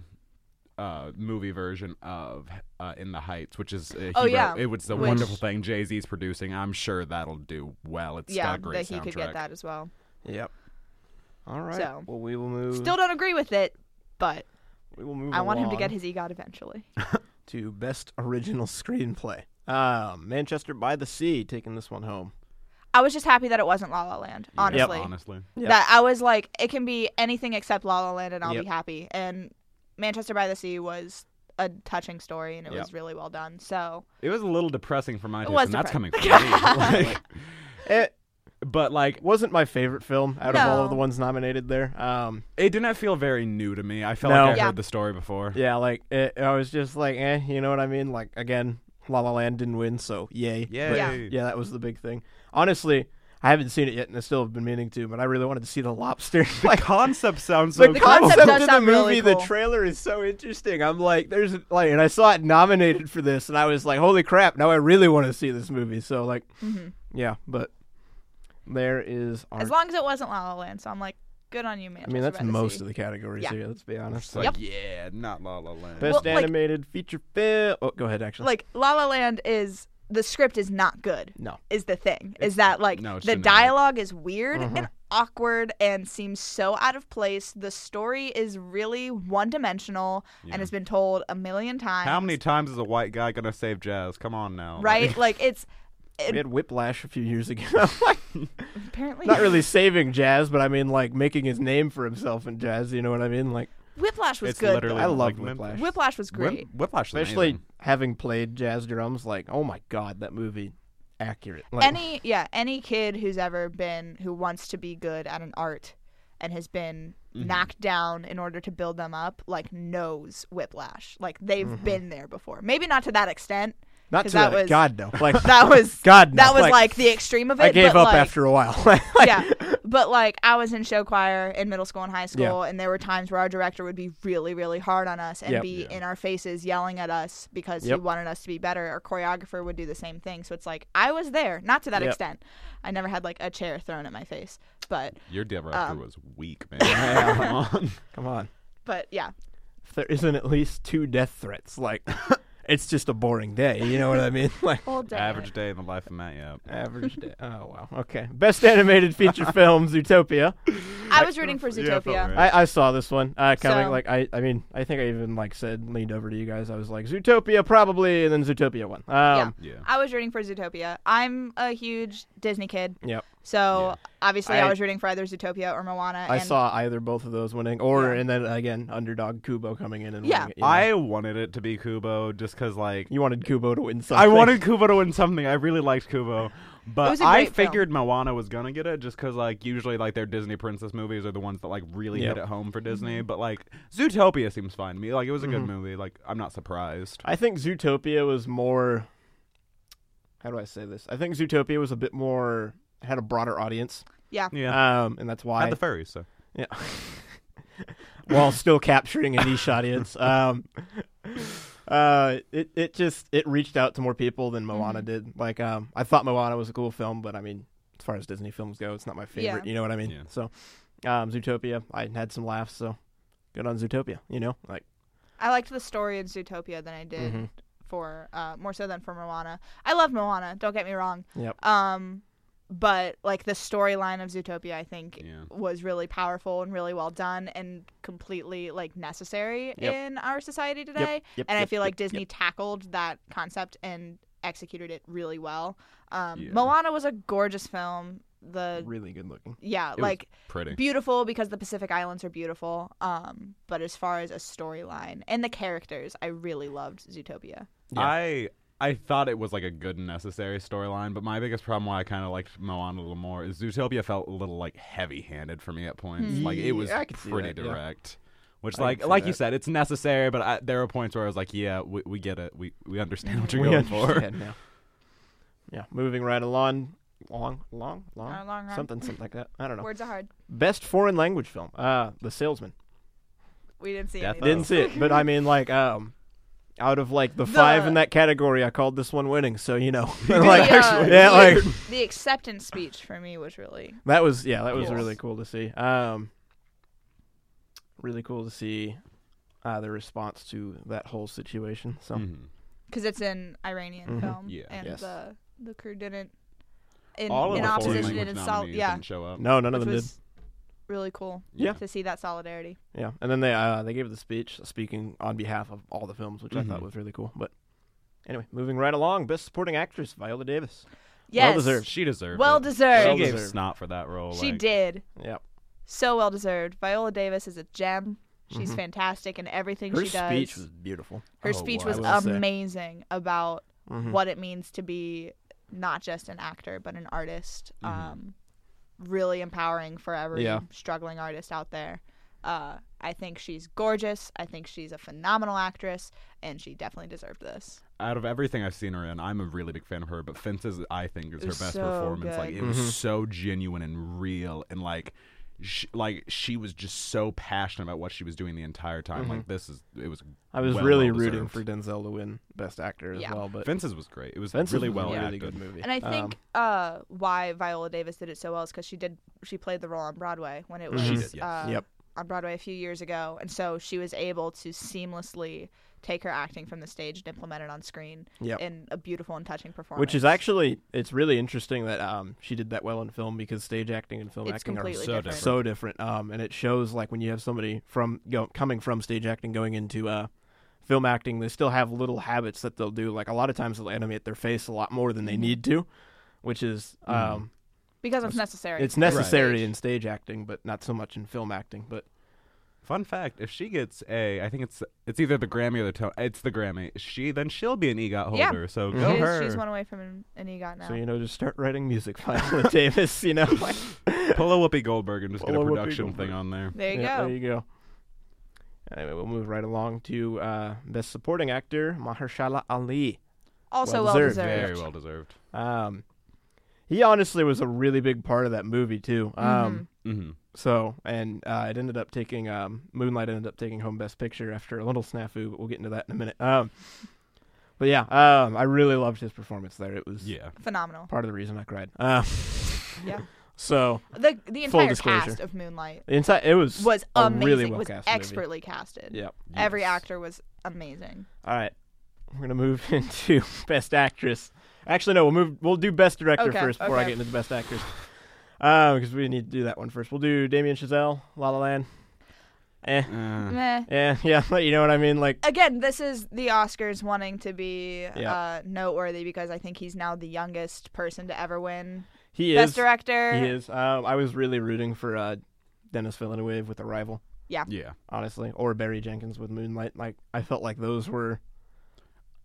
[SPEAKER 2] uh, movie version of uh, In the Heights, which is uh, he
[SPEAKER 3] Oh,
[SPEAKER 2] wrote-
[SPEAKER 3] yeah.
[SPEAKER 2] it was the
[SPEAKER 3] Which-
[SPEAKER 2] wonderful thing Jay Z's producing. I'm sure that'll do well. It's
[SPEAKER 3] yeah,
[SPEAKER 2] got a great
[SPEAKER 3] that he
[SPEAKER 2] soundtrack.
[SPEAKER 3] could get that as well.
[SPEAKER 1] Yep. All right.
[SPEAKER 3] So.
[SPEAKER 1] Well, we will move.
[SPEAKER 3] Still don't agree with it, but
[SPEAKER 1] we will move.
[SPEAKER 3] I want him to
[SPEAKER 1] along.
[SPEAKER 3] get his EGOT eventually.
[SPEAKER 1] to Best Original Screenplay. Uh, Manchester by the Sea taking this one home.
[SPEAKER 3] I was just happy that it wasn't La La Land,
[SPEAKER 2] Yeah,
[SPEAKER 3] honestly.
[SPEAKER 2] honestly,
[SPEAKER 1] Yep.
[SPEAKER 3] That I was like, it can be anything except La La Land, and I'll
[SPEAKER 1] Yep.
[SPEAKER 3] be happy. And Manchester by the Sea was a touching story, and it was really well done. So
[SPEAKER 2] it was a little depressing for my
[SPEAKER 3] It
[SPEAKER 2] taste,
[SPEAKER 3] was
[SPEAKER 2] and that's coming from
[SPEAKER 3] depressing.
[SPEAKER 2] me. Like,
[SPEAKER 1] It
[SPEAKER 2] but like,
[SPEAKER 1] wasn't my favorite film out of all
[SPEAKER 3] No.
[SPEAKER 1] of the ones nominated there. Um,
[SPEAKER 2] it did not feel very new to me. I felt
[SPEAKER 1] No.
[SPEAKER 2] like I
[SPEAKER 3] Yeah.
[SPEAKER 2] heard the story before.
[SPEAKER 1] yeah, like it, I was just like, eh, you know what I mean? Like again, La La Land didn't win, so yay.
[SPEAKER 2] Yay.
[SPEAKER 3] Yeah.
[SPEAKER 1] But, yeah, that was the big thing. Honestly, I haven't seen it yet, and I still have been meaning to, but I really wanted to see the lobster.
[SPEAKER 2] The
[SPEAKER 1] like,
[SPEAKER 2] concept sounds so
[SPEAKER 1] the
[SPEAKER 3] The
[SPEAKER 2] cool.
[SPEAKER 1] concept,
[SPEAKER 3] concept does
[SPEAKER 1] of the
[SPEAKER 3] sound
[SPEAKER 1] movie,
[SPEAKER 3] really
[SPEAKER 1] the
[SPEAKER 3] cool.
[SPEAKER 1] trailer is so interesting. I'm like, there's like, and I saw it nominated for this, and I was like, holy crap! Now I really want to see this movie. So like,
[SPEAKER 3] Mhm.
[SPEAKER 1] yeah, but there is. Our,
[SPEAKER 3] as long as it wasn't La La Land, so I'm like, good on you,
[SPEAKER 1] I
[SPEAKER 3] Manchester.
[SPEAKER 1] mean, that's
[SPEAKER 3] by the
[SPEAKER 1] most
[SPEAKER 3] sea.
[SPEAKER 1] of the categories
[SPEAKER 3] Yeah.
[SPEAKER 1] here. Let's be honest.
[SPEAKER 2] It's like, yeah, not La La Land.
[SPEAKER 1] Best
[SPEAKER 3] Well, like-
[SPEAKER 1] animated feature film. Oh, go ahead. Actually,
[SPEAKER 3] like La La Land is the script is not good.
[SPEAKER 1] no.
[SPEAKER 3] Is the thing is that like
[SPEAKER 2] no, it's Mm-hmm.
[SPEAKER 3] the
[SPEAKER 2] generic.
[SPEAKER 3] dialogue is weird
[SPEAKER 1] Mhm.
[SPEAKER 3] and awkward and seems so out of place. The story is really one dimensional
[SPEAKER 2] Yeah.
[SPEAKER 3] and has been told a million times.
[SPEAKER 2] How many times is a white guy gonna save jazz? Come on now.
[SPEAKER 3] Right? like it's
[SPEAKER 1] We had Whiplash a few years ago.
[SPEAKER 3] apparently
[SPEAKER 1] Not really saving Jazz, but I mean, like making his name for himself in Jazz. You know what I mean? Like,
[SPEAKER 3] Whiplash was
[SPEAKER 2] It's
[SPEAKER 3] good.
[SPEAKER 2] literally-
[SPEAKER 1] I love
[SPEAKER 2] Like,
[SPEAKER 1] Whiplash.
[SPEAKER 3] though. Whiplash was
[SPEAKER 2] Whip-
[SPEAKER 3] great.
[SPEAKER 2] Whiplash, is
[SPEAKER 1] especially
[SPEAKER 2] amazing.
[SPEAKER 1] having played jazz drums like oh my god that movie accurate like
[SPEAKER 3] any yeah any kid who's ever been who wants to be good at an art and has been
[SPEAKER 1] Mm-hmm.
[SPEAKER 3] knocked down in order to build them up like knows whiplash like they've
[SPEAKER 1] Mm-hmm.
[SPEAKER 3] been there before maybe not to that extent
[SPEAKER 1] not
[SPEAKER 3] 'cause
[SPEAKER 1] to that,
[SPEAKER 3] that was-
[SPEAKER 1] god no like
[SPEAKER 3] that was
[SPEAKER 1] god no.
[SPEAKER 3] that was
[SPEAKER 1] like,
[SPEAKER 3] like, the extreme of it
[SPEAKER 1] i gave
[SPEAKER 3] but,
[SPEAKER 1] up
[SPEAKER 3] like,
[SPEAKER 1] after a while Like,
[SPEAKER 3] yeah but like i was in show choir in middle school and high school
[SPEAKER 1] Yeah.
[SPEAKER 3] and there were times where our director would be really really hard on us and
[SPEAKER 1] Yep.
[SPEAKER 3] be in our faces yelling at us because
[SPEAKER 1] Yep.
[SPEAKER 3] he wanted us to be better our choreographer would do the same thing so it's like i was there not to that
[SPEAKER 1] Yep.
[SPEAKER 3] extent i never had like a chair thrown at my face but
[SPEAKER 2] Your director
[SPEAKER 3] Um,
[SPEAKER 2] was weak, man. Come on.
[SPEAKER 1] come on
[SPEAKER 3] but yeah
[SPEAKER 1] if there isn't at least two death threats like it's just a boring day you know what i mean like
[SPEAKER 3] old day
[SPEAKER 2] Average day in the life of Matt Yap.
[SPEAKER 1] average day oh wow okay best animated feature film zootopia
[SPEAKER 3] i was rooting for
[SPEAKER 2] Yeah, I felt
[SPEAKER 3] zootopia
[SPEAKER 2] right.
[SPEAKER 1] I, I saw this one uh, coming.
[SPEAKER 3] So-
[SPEAKER 1] like I, I mean, I think I even like said leaned over to you guys. I was like Zootopia probably, and then Zootopia won. Um,
[SPEAKER 2] Yeah.
[SPEAKER 3] Yeah. i was rooting for zootopia i'm a huge disney kid
[SPEAKER 1] Yep.
[SPEAKER 3] So obviously, I,
[SPEAKER 1] I-
[SPEAKER 3] was rooting for either Zootopia or Moana.
[SPEAKER 1] I
[SPEAKER 3] and
[SPEAKER 1] saw either both of those winning, or and then again underdog Kubo coming in and
[SPEAKER 3] Yeah.
[SPEAKER 1] winning it, you know.
[SPEAKER 2] I wanted it to be Kubo just because, like,
[SPEAKER 1] you wanted Kubo to win something.
[SPEAKER 2] I wanted Kubo to win something. I really liked Kubo.
[SPEAKER 3] It
[SPEAKER 2] But
[SPEAKER 3] was a
[SPEAKER 2] I
[SPEAKER 3] great film.
[SPEAKER 2] figured Moana was gonna get it just because, like, usually like their Disney princess movies are the ones that like really
[SPEAKER 1] Yep.
[SPEAKER 2] hit it home for
[SPEAKER 3] Mm-hmm.
[SPEAKER 2] Disney. But like Zootopia seems fine to me. Like it was a good movie. Like I'm not surprised.
[SPEAKER 1] I think Zootopia was more. How do I say this? I think Zootopia was a bit more had a broader audience,
[SPEAKER 3] Yeah.
[SPEAKER 2] Yeah,
[SPEAKER 1] um, and that's why
[SPEAKER 2] had the furries. So
[SPEAKER 1] Yeah. While still capturing a niche audience. Um, uh, it, it just it reached out to more people than Moana
[SPEAKER 3] Mm-hmm.
[SPEAKER 1] did. Like um, I thought Moana was a cool film, but I mean, as far as Disney films go, it's not my favorite.
[SPEAKER 3] Yeah.
[SPEAKER 1] You know what I mean?
[SPEAKER 2] Yeah.
[SPEAKER 1] So, um, Zootopia, I had some laughs. So, good on Zootopia. You know, like
[SPEAKER 3] I liked the story of Zootopia than I did
[SPEAKER 1] Mhm.
[SPEAKER 3] for uh, more so than for Moana. I love Moana. Don't get me wrong.
[SPEAKER 1] Yep.
[SPEAKER 3] Um, but like the storyline of Zootopia, I think
[SPEAKER 2] Yeah.
[SPEAKER 3] was really powerful and really well done and completely like necessary
[SPEAKER 1] Yep.
[SPEAKER 3] in our society today.
[SPEAKER 1] yep,
[SPEAKER 3] and I
[SPEAKER 1] yep,
[SPEAKER 3] feel like
[SPEAKER 1] yep,
[SPEAKER 3] Disney tackled that concept and executed it really well. Um,
[SPEAKER 2] Yeah.
[SPEAKER 3] Moana was a gorgeous film. The
[SPEAKER 1] really good looking.
[SPEAKER 3] yeah,
[SPEAKER 2] was
[SPEAKER 3] like
[SPEAKER 2] pretty.
[SPEAKER 3] beautiful because the Pacific Islands are beautiful. Um, but as far as a storyline and the characters, I really loved Zootopia.
[SPEAKER 1] Yeah.
[SPEAKER 2] I I thought it was like a good and necessary storyline, but my biggest problem why I kind of liked Moana a little more is Zootopia felt a little like heavy-handed for me at points.
[SPEAKER 1] Hmm.
[SPEAKER 2] Like it was
[SPEAKER 1] Yeah, I could see
[SPEAKER 2] pretty
[SPEAKER 1] that, yeah.
[SPEAKER 2] direct.
[SPEAKER 1] I
[SPEAKER 2] Which,
[SPEAKER 1] can
[SPEAKER 2] like,
[SPEAKER 1] see
[SPEAKER 2] like you
[SPEAKER 1] that.
[SPEAKER 2] said, it's necessary, but I, there were points where I was like, "Yeah, we, we get it, we we understand what you're
[SPEAKER 1] We
[SPEAKER 2] going
[SPEAKER 1] understand now. Yeah, moving right along, long, long, long,
[SPEAKER 3] Uh, long run.
[SPEAKER 1] something, something like that. I don't know.
[SPEAKER 3] Words are hard.
[SPEAKER 1] Best foreign language film, uh, The Salesman.
[SPEAKER 3] We didn't see
[SPEAKER 2] Death
[SPEAKER 3] anything.
[SPEAKER 2] Note.
[SPEAKER 1] Didn't see it, but I mean, like, um, out of like the,
[SPEAKER 3] The-
[SPEAKER 1] five in that category, I called this one winning. So you know,
[SPEAKER 2] did
[SPEAKER 1] like,
[SPEAKER 3] actually.
[SPEAKER 1] yeah, like
[SPEAKER 3] uh, The acceptance speech for me was really
[SPEAKER 1] that was yeah, that was
[SPEAKER 3] Yes.
[SPEAKER 1] really cool to see. Um, really cool to see uh, the response to that whole situation. So
[SPEAKER 2] for." Mhm.
[SPEAKER 3] because it's an Iranian
[SPEAKER 1] Mhm.
[SPEAKER 3] film,
[SPEAKER 2] Yeah.
[SPEAKER 3] and
[SPEAKER 1] Yes.
[SPEAKER 3] the the crew didn't. In,
[SPEAKER 2] All of
[SPEAKER 3] in
[SPEAKER 2] the foreign
[SPEAKER 3] opposition
[SPEAKER 2] language
[SPEAKER 3] and sol-
[SPEAKER 2] nominees
[SPEAKER 3] yeah,
[SPEAKER 2] didn't show up.
[SPEAKER 1] no, none of
[SPEAKER 3] which
[SPEAKER 1] them did.
[SPEAKER 3] was really cool
[SPEAKER 1] Yeah.
[SPEAKER 3] to see that solidarity.
[SPEAKER 1] Yeah, and then they uh, they gave the speech speaking on behalf of all the films, which I
[SPEAKER 2] Mhm.
[SPEAKER 1] thought was really cool. But anyway, moving right along, best supporting actress Viola Davis.
[SPEAKER 3] Yes,
[SPEAKER 1] deserved.
[SPEAKER 2] She deserved.
[SPEAKER 3] Well
[SPEAKER 2] it.
[SPEAKER 3] deserved.
[SPEAKER 1] Well
[SPEAKER 2] She gave
[SPEAKER 1] deserved.
[SPEAKER 2] snot for that role.
[SPEAKER 3] She
[SPEAKER 2] like-
[SPEAKER 3] did
[SPEAKER 1] Yeah,
[SPEAKER 3] so well deserved. Viola Davis is a gem. She's
[SPEAKER 1] Mhm.
[SPEAKER 3] fantastic in everything
[SPEAKER 1] her
[SPEAKER 3] she does.
[SPEAKER 1] speech was beautiful.
[SPEAKER 3] Her
[SPEAKER 2] Oh,
[SPEAKER 3] speech
[SPEAKER 2] wow.
[SPEAKER 3] was
[SPEAKER 1] I will say.
[SPEAKER 3] amazing about
[SPEAKER 1] Mhm.
[SPEAKER 3] what it means to be not just an actor but an artist.
[SPEAKER 2] Mhm.
[SPEAKER 3] Um, really empowering for every
[SPEAKER 1] Mm-hmm. Yeah.
[SPEAKER 3] struggling artist out there. Uh, I think she's gorgeous. I think she's a phenomenal actress, and she definitely deserved this.
[SPEAKER 2] out of everything I've seen her in, I'm a really big fan of her. But Fences, I think, is
[SPEAKER 3] It
[SPEAKER 2] her
[SPEAKER 3] was
[SPEAKER 2] best
[SPEAKER 3] so
[SPEAKER 2] performance. Like it
[SPEAKER 3] good.
[SPEAKER 1] Mhm.
[SPEAKER 2] was so genuine and real, and like, sh like she was just so passionate about what she was doing the entire
[SPEAKER 1] Mm-hmm.
[SPEAKER 2] time. Like this is, it was.
[SPEAKER 1] I was
[SPEAKER 2] well-
[SPEAKER 1] really
[SPEAKER 2] well
[SPEAKER 1] rooting
[SPEAKER 2] deserved.
[SPEAKER 1] for Denzel to win Best Actor as
[SPEAKER 3] Yeah.
[SPEAKER 1] well, but
[SPEAKER 2] Fences was great. It was
[SPEAKER 1] Fences
[SPEAKER 2] really
[SPEAKER 1] was
[SPEAKER 2] well
[SPEAKER 1] a really
[SPEAKER 2] acted.
[SPEAKER 1] good movie.
[SPEAKER 3] And I think
[SPEAKER 1] Um,
[SPEAKER 3] uh, why Viola Davis did it so well is because she did she played the role on Broadway when it was
[SPEAKER 2] She did, yes.
[SPEAKER 3] uh,
[SPEAKER 1] Yep.
[SPEAKER 3] on Broadway a few years ago, and so she was able to seamlessly take her acting from the stage and implement it on screen
[SPEAKER 1] Yep.
[SPEAKER 3] in a beautiful and touching performance.
[SPEAKER 1] which is actually it's really interesting that um, she did that well in film because stage acting and film
[SPEAKER 3] It's
[SPEAKER 1] acting are
[SPEAKER 3] completely
[SPEAKER 2] so
[SPEAKER 3] different.
[SPEAKER 2] different.
[SPEAKER 1] so different. Um, and it shows like when you have somebody from go, coming from stage acting going into uh, film acting, they still have little habits that they'll do. Like a lot of times they'll animate their face a lot more than
[SPEAKER 3] Mm-hmm.
[SPEAKER 1] they need to, which is um,
[SPEAKER 2] Mm-hmm.
[SPEAKER 3] because it's necessary.
[SPEAKER 1] it's necessary
[SPEAKER 3] Right.
[SPEAKER 1] in stage acting, but not so much in film acting. But
[SPEAKER 2] Fun fact: If she gets a, I think it's it's either the Grammy or the Tony. It's the Grammy. She then she'll be an E EGOT
[SPEAKER 3] Yeah.
[SPEAKER 2] holder. So
[SPEAKER 1] She
[SPEAKER 3] She
[SPEAKER 2] go
[SPEAKER 3] is-
[SPEAKER 2] her.
[SPEAKER 3] she's one away from an, an EGOT now.
[SPEAKER 1] so you know, just start writing music, Viola Davis. You know,
[SPEAKER 2] Pull a Whoopi Goldberg and just get a
[SPEAKER 1] Pull a Whoopi
[SPEAKER 2] production
[SPEAKER 1] Goldberg.
[SPEAKER 2] thing on there.
[SPEAKER 3] there you
[SPEAKER 1] Yeah,
[SPEAKER 3] go.
[SPEAKER 1] There you go. Anyway, we'll move right along to uh, Best Supporting Actor, Mahershala Ali.
[SPEAKER 3] also
[SPEAKER 1] well
[SPEAKER 3] well
[SPEAKER 1] deserved.
[SPEAKER 3] deserved.
[SPEAKER 2] Very well deserved.
[SPEAKER 1] Um, he honestly was a really big part of that movie too. Um,
[SPEAKER 3] Mm-hmm.
[SPEAKER 2] hmm
[SPEAKER 1] So, and uh, it ended up taking um, Moonlight ended up taking home Best Picture after a little snafu, but we'll get into that in a minute. Um, but yeah, um, I really loved his performance there. It was
[SPEAKER 2] Yeah.
[SPEAKER 3] Phenomenal.
[SPEAKER 1] part of the reason I cried. Um,
[SPEAKER 3] Yeah.
[SPEAKER 1] So
[SPEAKER 3] The the
[SPEAKER 1] Full
[SPEAKER 3] entire
[SPEAKER 1] disclosure.
[SPEAKER 3] cast of Moonlight
[SPEAKER 1] the inside it was
[SPEAKER 3] was
[SPEAKER 1] a
[SPEAKER 3] amazing.
[SPEAKER 1] really well
[SPEAKER 3] was
[SPEAKER 1] cast movie.
[SPEAKER 3] expertly casted.
[SPEAKER 1] yeah.
[SPEAKER 3] Every
[SPEAKER 2] Yes.
[SPEAKER 3] actor was amazing.
[SPEAKER 1] All right, we're gonna move into Best Actress. Actually, no, we'll move. We'll do Best Director
[SPEAKER 3] Okay,
[SPEAKER 1] first before I
[SPEAKER 3] okay.
[SPEAKER 1] get into the Best Actress, because we need to do that one first. We'll do Damien Chazelle, La La Land. Eh,
[SPEAKER 2] Uh,
[SPEAKER 3] Meh.
[SPEAKER 1] eh, yeah, you know what I mean. Like,
[SPEAKER 3] Again, this is the Oscars wanting to be
[SPEAKER 1] Yeah.
[SPEAKER 3] uh, noteworthy because I think he's now the youngest person to ever win
[SPEAKER 1] He
[SPEAKER 3] Best
[SPEAKER 1] is.
[SPEAKER 3] director.
[SPEAKER 1] He is. Um, I was really rooting for uh, Dennis Villeneuve with Arrival,
[SPEAKER 2] Yeah.
[SPEAKER 1] honestly, or Barry Jenkins with Moonlight. Like I felt like those were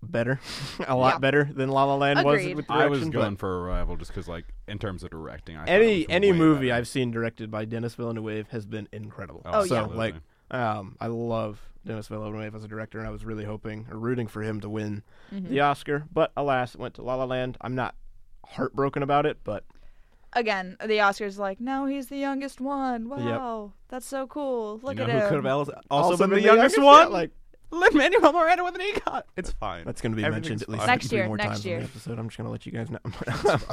[SPEAKER 1] better, a lot
[SPEAKER 3] Yeah.
[SPEAKER 1] better than La La Land was
[SPEAKER 3] Agreed.
[SPEAKER 1] with direction.
[SPEAKER 2] I was
[SPEAKER 1] but
[SPEAKER 2] going for Arrival just because, like, in terms of directing, I thought it was
[SPEAKER 1] any any
[SPEAKER 2] way
[SPEAKER 1] movie
[SPEAKER 2] better.
[SPEAKER 1] I've seen directed by Dennis Villeneuve has been incredible.
[SPEAKER 2] Oh,
[SPEAKER 1] so
[SPEAKER 2] absolutely.
[SPEAKER 1] like um, I love Dennis Villeneuve as a director, and I was really hoping or rooting for him to win
[SPEAKER 3] Mm-hmm.
[SPEAKER 1] the Oscar. But alas, it went to La La Land. I'm not heartbroken about it, but
[SPEAKER 3] Again, the Oscars like, no, he's the youngest one. Wow, that's so cool. Look
[SPEAKER 2] you know
[SPEAKER 3] at
[SPEAKER 2] who
[SPEAKER 3] him.
[SPEAKER 2] could have also,
[SPEAKER 1] also
[SPEAKER 2] been,
[SPEAKER 1] been
[SPEAKER 2] the youngest,
[SPEAKER 1] yeah,
[SPEAKER 2] one?
[SPEAKER 1] like-
[SPEAKER 2] Lin Manuel Miranda with an EGOT. It's fine.
[SPEAKER 1] That's going to be
[SPEAKER 2] Everything's
[SPEAKER 1] mentioned at least
[SPEAKER 2] fine.
[SPEAKER 3] Next
[SPEAKER 1] three
[SPEAKER 3] year,
[SPEAKER 1] more
[SPEAKER 3] next
[SPEAKER 1] times
[SPEAKER 3] year.
[SPEAKER 1] in the episode. I'm just going to let you guys know.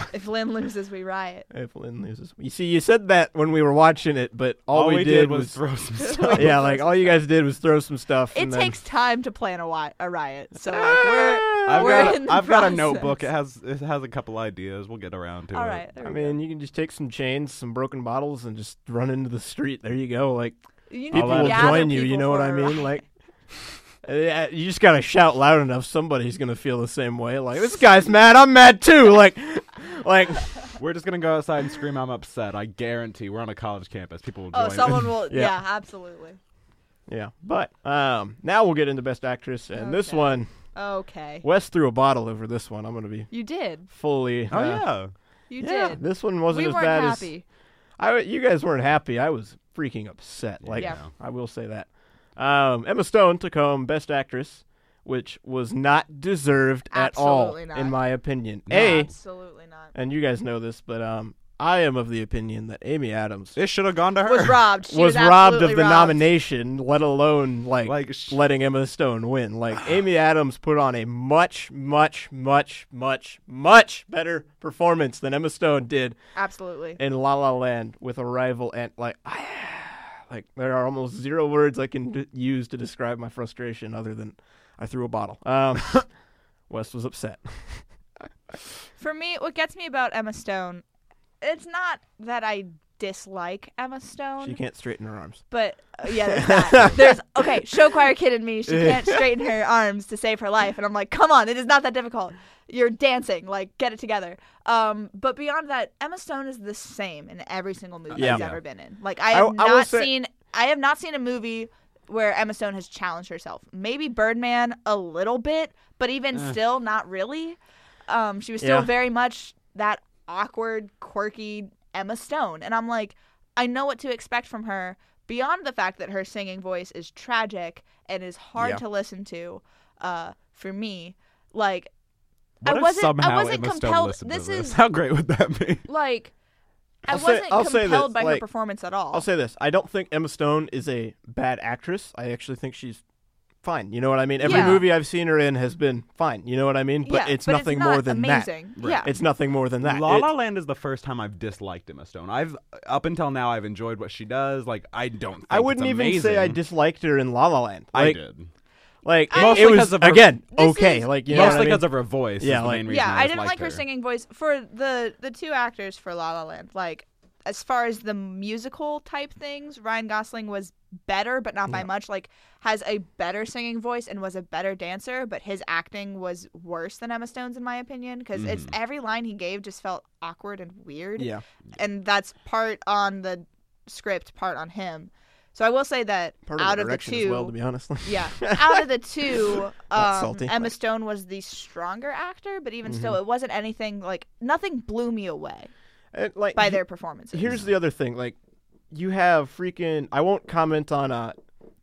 [SPEAKER 3] If Lynn loses, we riot.
[SPEAKER 1] if Lynn loses, you see, you said that when we were watching it, but all,
[SPEAKER 2] All we, did,
[SPEAKER 1] was
[SPEAKER 2] was throw some stuff.
[SPEAKER 1] yeah, like all you guys did was throw some stuff.
[SPEAKER 3] It
[SPEAKER 1] and then- Ah!
[SPEAKER 3] takes time to plan a, wi- a riot, so like, we're
[SPEAKER 2] I've
[SPEAKER 3] we're
[SPEAKER 2] got,
[SPEAKER 3] in
[SPEAKER 2] a,
[SPEAKER 3] the
[SPEAKER 2] I've got a
[SPEAKER 3] process.
[SPEAKER 2] notebook. It has it has a couple ideas. We'll get around to
[SPEAKER 3] all
[SPEAKER 2] it.
[SPEAKER 3] right. There
[SPEAKER 1] I
[SPEAKER 3] we go.
[SPEAKER 1] mean, you can just take some chains, some broken bottles, and just run into the street. There you go. Like
[SPEAKER 3] you need
[SPEAKER 1] people
[SPEAKER 3] to
[SPEAKER 1] will
[SPEAKER 3] gather
[SPEAKER 1] join you. You
[SPEAKER 3] people
[SPEAKER 1] know what
[SPEAKER 3] for
[SPEAKER 1] I
[SPEAKER 3] a
[SPEAKER 1] mean?
[SPEAKER 3] riot.
[SPEAKER 1] Like. uh, You just gotta shout loud enough. Somebody's gonna feel the same way. Like this guy's mad. I'm mad too. Like, like
[SPEAKER 2] We're just gonna go outside and scream. I'm upset. I guarantee. We're on a college campus. People will join.
[SPEAKER 3] oh, someone
[SPEAKER 2] in.
[SPEAKER 3] will.
[SPEAKER 1] Yeah.
[SPEAKER 3] yeah. absolutely.
[SPEAKER 1] yeah. But um, now we'll get into best actress, and this
[SPEAKER 3] Okay.
[SPEAKER 1] one
[SPEAKER 3] Okay,
[SPEAKER 1] Wes threw a bottle over this one. I'm going to be
[SPEAKER 3] you did.
[SPEAKER 1] fully.
[SPEAKER 2] Oh
[SPEAKER 1] uh,
[SPEAKER 2] yeah.
[SPEAKER 3] You
[SPEAKER 1] yeah,
[SPEAKER 3] did.
[SPEAKER 1] This one wasn't
[SPEAKER 3] we
[SPEAKER 1] as
[SPEAKER 3] weren't
[SPEAKER 1] bad as.
[SPEAKER 3] happy.
[SPEAKER 1] I, w- you guys weren't happy. I was freaking upset. Like,
[SPEAKER 3] Yeah.
[SPEAKER 1] I will say that. Um, Emma Stone took home Best Actress, which was not deserved
[SPEAKER 3] Absolutely
[SPEAKER 1] at all,
[SPEAKER 3] not.
[SPEAKER 1] in my opinion.
[SPEAKER 2] No.
[SPEAKER 1] A,
[SPEAKER 3] Absolutely not.
[SPEAKER 1] and you guys know this, but um, I am of the opinion that Amy Adams
[SPEAKER 2] It should have gone to her.
[SPEAKER 3] Was robbed. She
[SPEAKER 1] was
[SPEAKER 3] was,
[SPEAKER 1] robbed of
[SPEAKER 3] absolutely
[SPEAKER 1] the
[SPEAKER 3] robbed.
[SPEAKER 1] nomination, let alone like,
[SPEAKER 2] Like, sh-
[SPEAKER 1] letting Emma Stone win. Like Amy Adams put on a much, much, much, much, much better performance than Emma Stone did
[SPEAKER 3] Absolutely.
[SPEAKER 1] in La La Land with Arrival, and like, like there are almost zero words I can d- use to describe my frustration other than I threw a bottle. Um, Wes was upset.
[SPEAKER 3] For me, what gets me about Emma Stone, it's not that I dislike Emma Stone.
[SPEAKER 1] She can't straighten her arms.
[SPEAKER 3] But uh, yeah, there's that. there's okay, show choir kid in me. She can't straighten her arms to save her life, and I'm like, come on, it is not that difficult. You're dancing, like get it together. Um, but beyond that, Emma Stone is the same in every single movie
[SPEAKER 1] Yeah.
[SPEAKER 3] she's
[SPEAKER 1] Yeah.
[SPEAKER 3] ever been in. Like I
[SPEAKER 1] I-
[SPEAKER 3] have
[SPEAKER 1] I will
[SPEAKER 3] not
[SPEAKER 1] say-
[SPEAKER 3] seen, I have not seen a movie where Emma Stone has challenged herself. Maybe Birdman a little bit, but even still, not really. Um, she was still
[SPEAKER 1] Eh. Yeah.
[SPEAKER 3] very much that awkward, quirky Emma Stone. And I'm like, I know what to expect from her beyond the fact that her singing voice is tragic and is hard
[SPEAKER 1] Yeah.
[SPEAKER 3] to listen to uh, for me. Like,
[SPEAKER 2] What
[SPEAKER 3] I
[SPEAKER 2] if
[SPEAKER 3] wasn't- I
[SPEAKER 2] somehow
[SPEAKER 3] wasn't
[SPEAKER 2] Emma Stone
[SPEAKER 3] compelled-
[SPEAKER 2] listened to
[SPEAKER 3] this
[SPEAKER 2] this?
[SPEAKER 3] is-
[SPEAKER 2] How great would that be?
[SPEAKER 3] like I
[SPEAKER 1] I'll say-
[SPEAKER 3] wasn't
[SPEAKER 1] I'll say
[SPEAKER 3] compelled
[SPEAKER 1] this,
[SPEAKER 3] by
[SPEAKER 1] like,
[SPEAKER 3] her performance at all.
[SPEAKER 1] I'll say this: I don't think Emma Stone is a bad actress. I actually think she's fine. You know what I mean? Every
[SPEAKER 3] Yeah.
[SPEAKER 1] movie I've seen her in has been fine. You know what I mean? But
[SPEAKER 3] Yeah,
[SPEAKER 1] it's
[SPEAKER 3] but
[SPEAKER 1] nothing
[SPEAKER 3] not
[SPEAKER 1] more than
[SPEAKER 3] amazing.
[SPEAKER 1] that.
[SPEAKER 3] Yeah.
[SPEAKER 1] It's nothing more than that.
[SPEAKER 2] La
[SPEAKER 1] It-
[SPEAKER 2] La Land is the first time I've disliked Emma Stone. I've up until now I've enjoyed what she does. Like I don't. Think
[SPEAKER 1] I wouldn't
[SPEAKER 2] it's
[SPEAKER 1] even say I
[SPEAKER 2] amazing.
[SPEAKER 1] disliked her in La La Land.
[SPEAKER 2] I
[SPEAKER 1] Like,
[SPEAKER 2] did.
[SPEAKER 1] Like
[SPEAKER 3] I-
[SPEAKER 1] it-
[SPEAKER 2] Mostly
[SPEAKER 1] it was
[SPEAKER 2] because of her-
[SPEAKER 1] again
[SPEAKER 3] This
[SPEAKER 1] okay.
[SPEAKER 3] is-
[SPEAKER 1] like you know
[SPEAKER 2] Mostly
[SPEAKER 1] what I mean?
[SPEAKER 2] because of her voice.
[SPEAKER 1] Yeah,
[SPEAKER 2] is the
[SPEAKER 1] like-
[SPEAKER 2] main reason
[SPEAKER 3] yeah,
[SPEAKER 2] I,
[SPEAKER 3] I didn't like
[SPEAKER 2] disliked
[SPEAKER 3] her. singing voice for the the two actors for La La Land. Like as far as the musical type things, Ryan Gosling was better, but not by much. Like has a better singing voice and was a better dancer, but his acting was worse than Emma Stone's in my opinion because it's every line he gave just felt awkward and weird.
[SPEAKER 1] Mm-hmm. yeah.
[SPEAKER 3] and that's part on the script, part on him. So I will say that
[SPEAKER 1] Part of
[SPEAKER 3] out
[SPEAKER 1] the
[SPEAKER 3] of the
[SPEAKER 1] direction
[SPEAKER 3] two,
[SPEAKER 1] as well, to be honest.
[SPEAKER 3] yeah. Out of the two,
[SPEAKER 1] Not
[SPEAKER 3] um,
[SPEAKER 1] salty, Mm-hmm.
[SPEAKER 3] Emma
[SPEAKER 1] like-
[SPEAKER 3] Stone was the stronger actor, but even still, it wasn't anything like nothing blew me away
[SPEAKER 1] And, like
[SPEAKER 3] by
[SPEAKER 1] he-
[SPEAKER 3] their performances.
[SPEAKER 1] Here's the other thing. Like you have freaking. I won't comment on uh,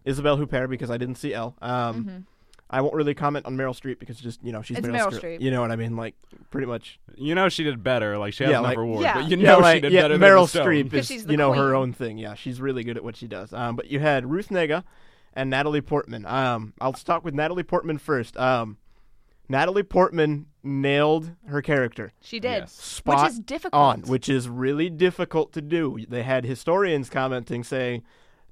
[SPEAKER 1] Isabelle Huppert because I didn't see Elle. Um, I won't really comment on Meryl Streep because just you know she's
[SPEAKER 3] Mm-hmm. It's
[SPEAKER 1] Meryl,
[SPEAKER 3] Meryl Streep.
[SPEAKER 1] You know what I mean? Like pretty much
[SPEAKER 2] You know she did better. Like she has
[SPEAKER 1] Yeah,
[SPEAKER 2] enough
[SPEAKER 1] like-
[SPEAKER 2] awards,
[SPEAKER 3] Yeah.
[SPEAKER 2] but you
[SPEAKER 1] Yeah,
[SPEAKER 2] know she
[SPEAKER 1] like,
[SPEAKER 2] did
[SPEAKER 1] yeah,
[SPEAKER 2] better
[SPEAKER 1] Meryl
[SPEAKER 2] than Emma Stone.
[SPEAKER 1] Streep is,
[SPEAKER 3] she's the
[SPEAKER 1] you know, her
[SPEAKER 3] queen.
[SPEAKER 1] own thing. Yeah, she's really good at what she does. Um, but you had Ruth Nega and Natalie Portman. Um, I'll talk with Natalie Portman first. Um, Natalie Portman nailed her character.
[SPEAKER 3] she did,
[SPEAKER 2] Yes.
[SPEAKER 1] Spot
[SPEAKER 3] which is difficult.
[SPEAKER 1] on, which is really difficult to do. They had historians commenting saying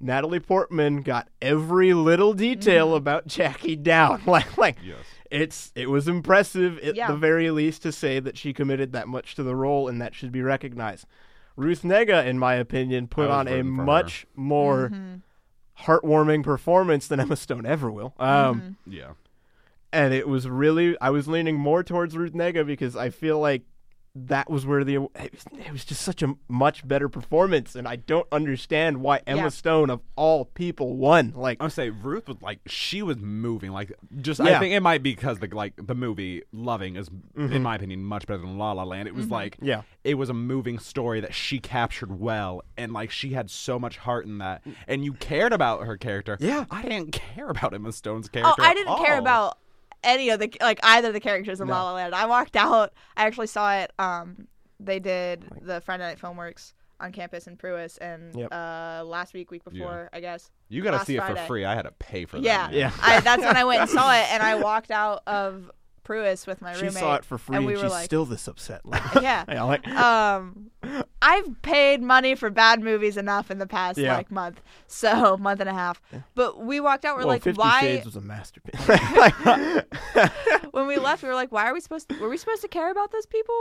[SPEAKER 1] Natalie Portman got every little detail
[SPEAKER 3] Mm-hmm.
[SPEAKER 1] about Jackie down. like, like
[SPEAKER 2] Yes.
[SPEAKER 1] it's it was impressive at
[SPEAKER 3] Yeah.
[SPEAKER 1] the very least to say that she committed that much to the role and that should be recognized. Ruth Nega, in my opinion, put
[SPEAKER 2] was
[SPEAKER 1] on a
[SPEAKER 2] rooting for her.
[SPEAKER 1] much more
[SPEAKER 3] Mm-hmm.
[SPEAKER 1] heartwarming performance than Emma Stone ever will. Um,
[SPEAKER 3] Mm-hmm.
[SPEAKER 2] Yeah.
[SPEAKER 1] and it was really I was leaning more towards Ruth Nega because I feel like that was where the it was, it was just such a much better performance, and I don't understand why Emma
[SPEAKER 3] Yeah. Uh,
[SPEAKER 1] Stone of all people won. Like,
[SPEAKER 2] I would say Ruth was like she was moving like just
[SPEAKER 1] Yeah.
[SPEAKER 2] I think it might be because the like the movie Loving is in my opinion much better than La La Land. It was
[SPEAKER 3] Mm-hmm.
[SPEAKER 2] like
[SPEAKER 1] Mm-hmm. Yeah.
[SPEAKER 2] it was a moving story that she captured well and like she had so much heart in that and you cared about her character.
[SPEAKER 1] Yeah.
[SPEAKER 2] I didn't care about Emma Stone's character.
[SPEAKER 3] Oh, I
[SPEAKER 2] at
[SPEAKER 3] didn't care
[SPEAKER 2] all.
[SPEAKER 3] about any of the like either of the characters in
[SPEAKER 2] No.
[SPEAKER 3] La La Land. I walked out. I actually saw it. Um, they did the Friday Night Filmworks on campus in Pruis, and
[SPEAKER 1] Yep.
[SPEAKER 3] uh, last week, week before, I guess.
[SPEAKER 2] You got to
[SPEAKER 3] last
[SPEAKER 2] see it for
[SPEAKER 3] Friday.
[SPEAKER 2] free. I had to pay for
[SPEAKER 3] Yeah,
[SPEAKER 2] that. man.
[SPEAKER 1] Yeah.
[SPEAKER 3] I, that's when I went and saw it, and I walked out of Pruis with my
[SPEAKER 1] she
[SPEAKER 3] roommate.
[SPEAKER 1] saw it for free,
[SPEAKER 3] and
[SPEAKER 1] and,
[SPEAKER 3] we were
[SPEAKER 1] she's
[SPEAKER 3] like,
[SPEAKER 1] still this upset. Like,
[SPEAKER 3] yeah.
[SPEAKER 1] I like-
[SPEAKER 3] Um, I've paid money for bad movies enough in the past
[SPEAKER 1] Yeah.
[SPEAKER 3] like month, so month and a half. But we walked out. We're
[SPEAKER 1] well,
[SPEAKER 3] like,
[SPEAKER 1] Fifty
[SPEAKER 3] why?
[SPEAKER 1] Shades was a masterpiece. Like,
[SPEAKER 3] when we left, we were like, "Why are we supposed? were we supposed to care about those people?"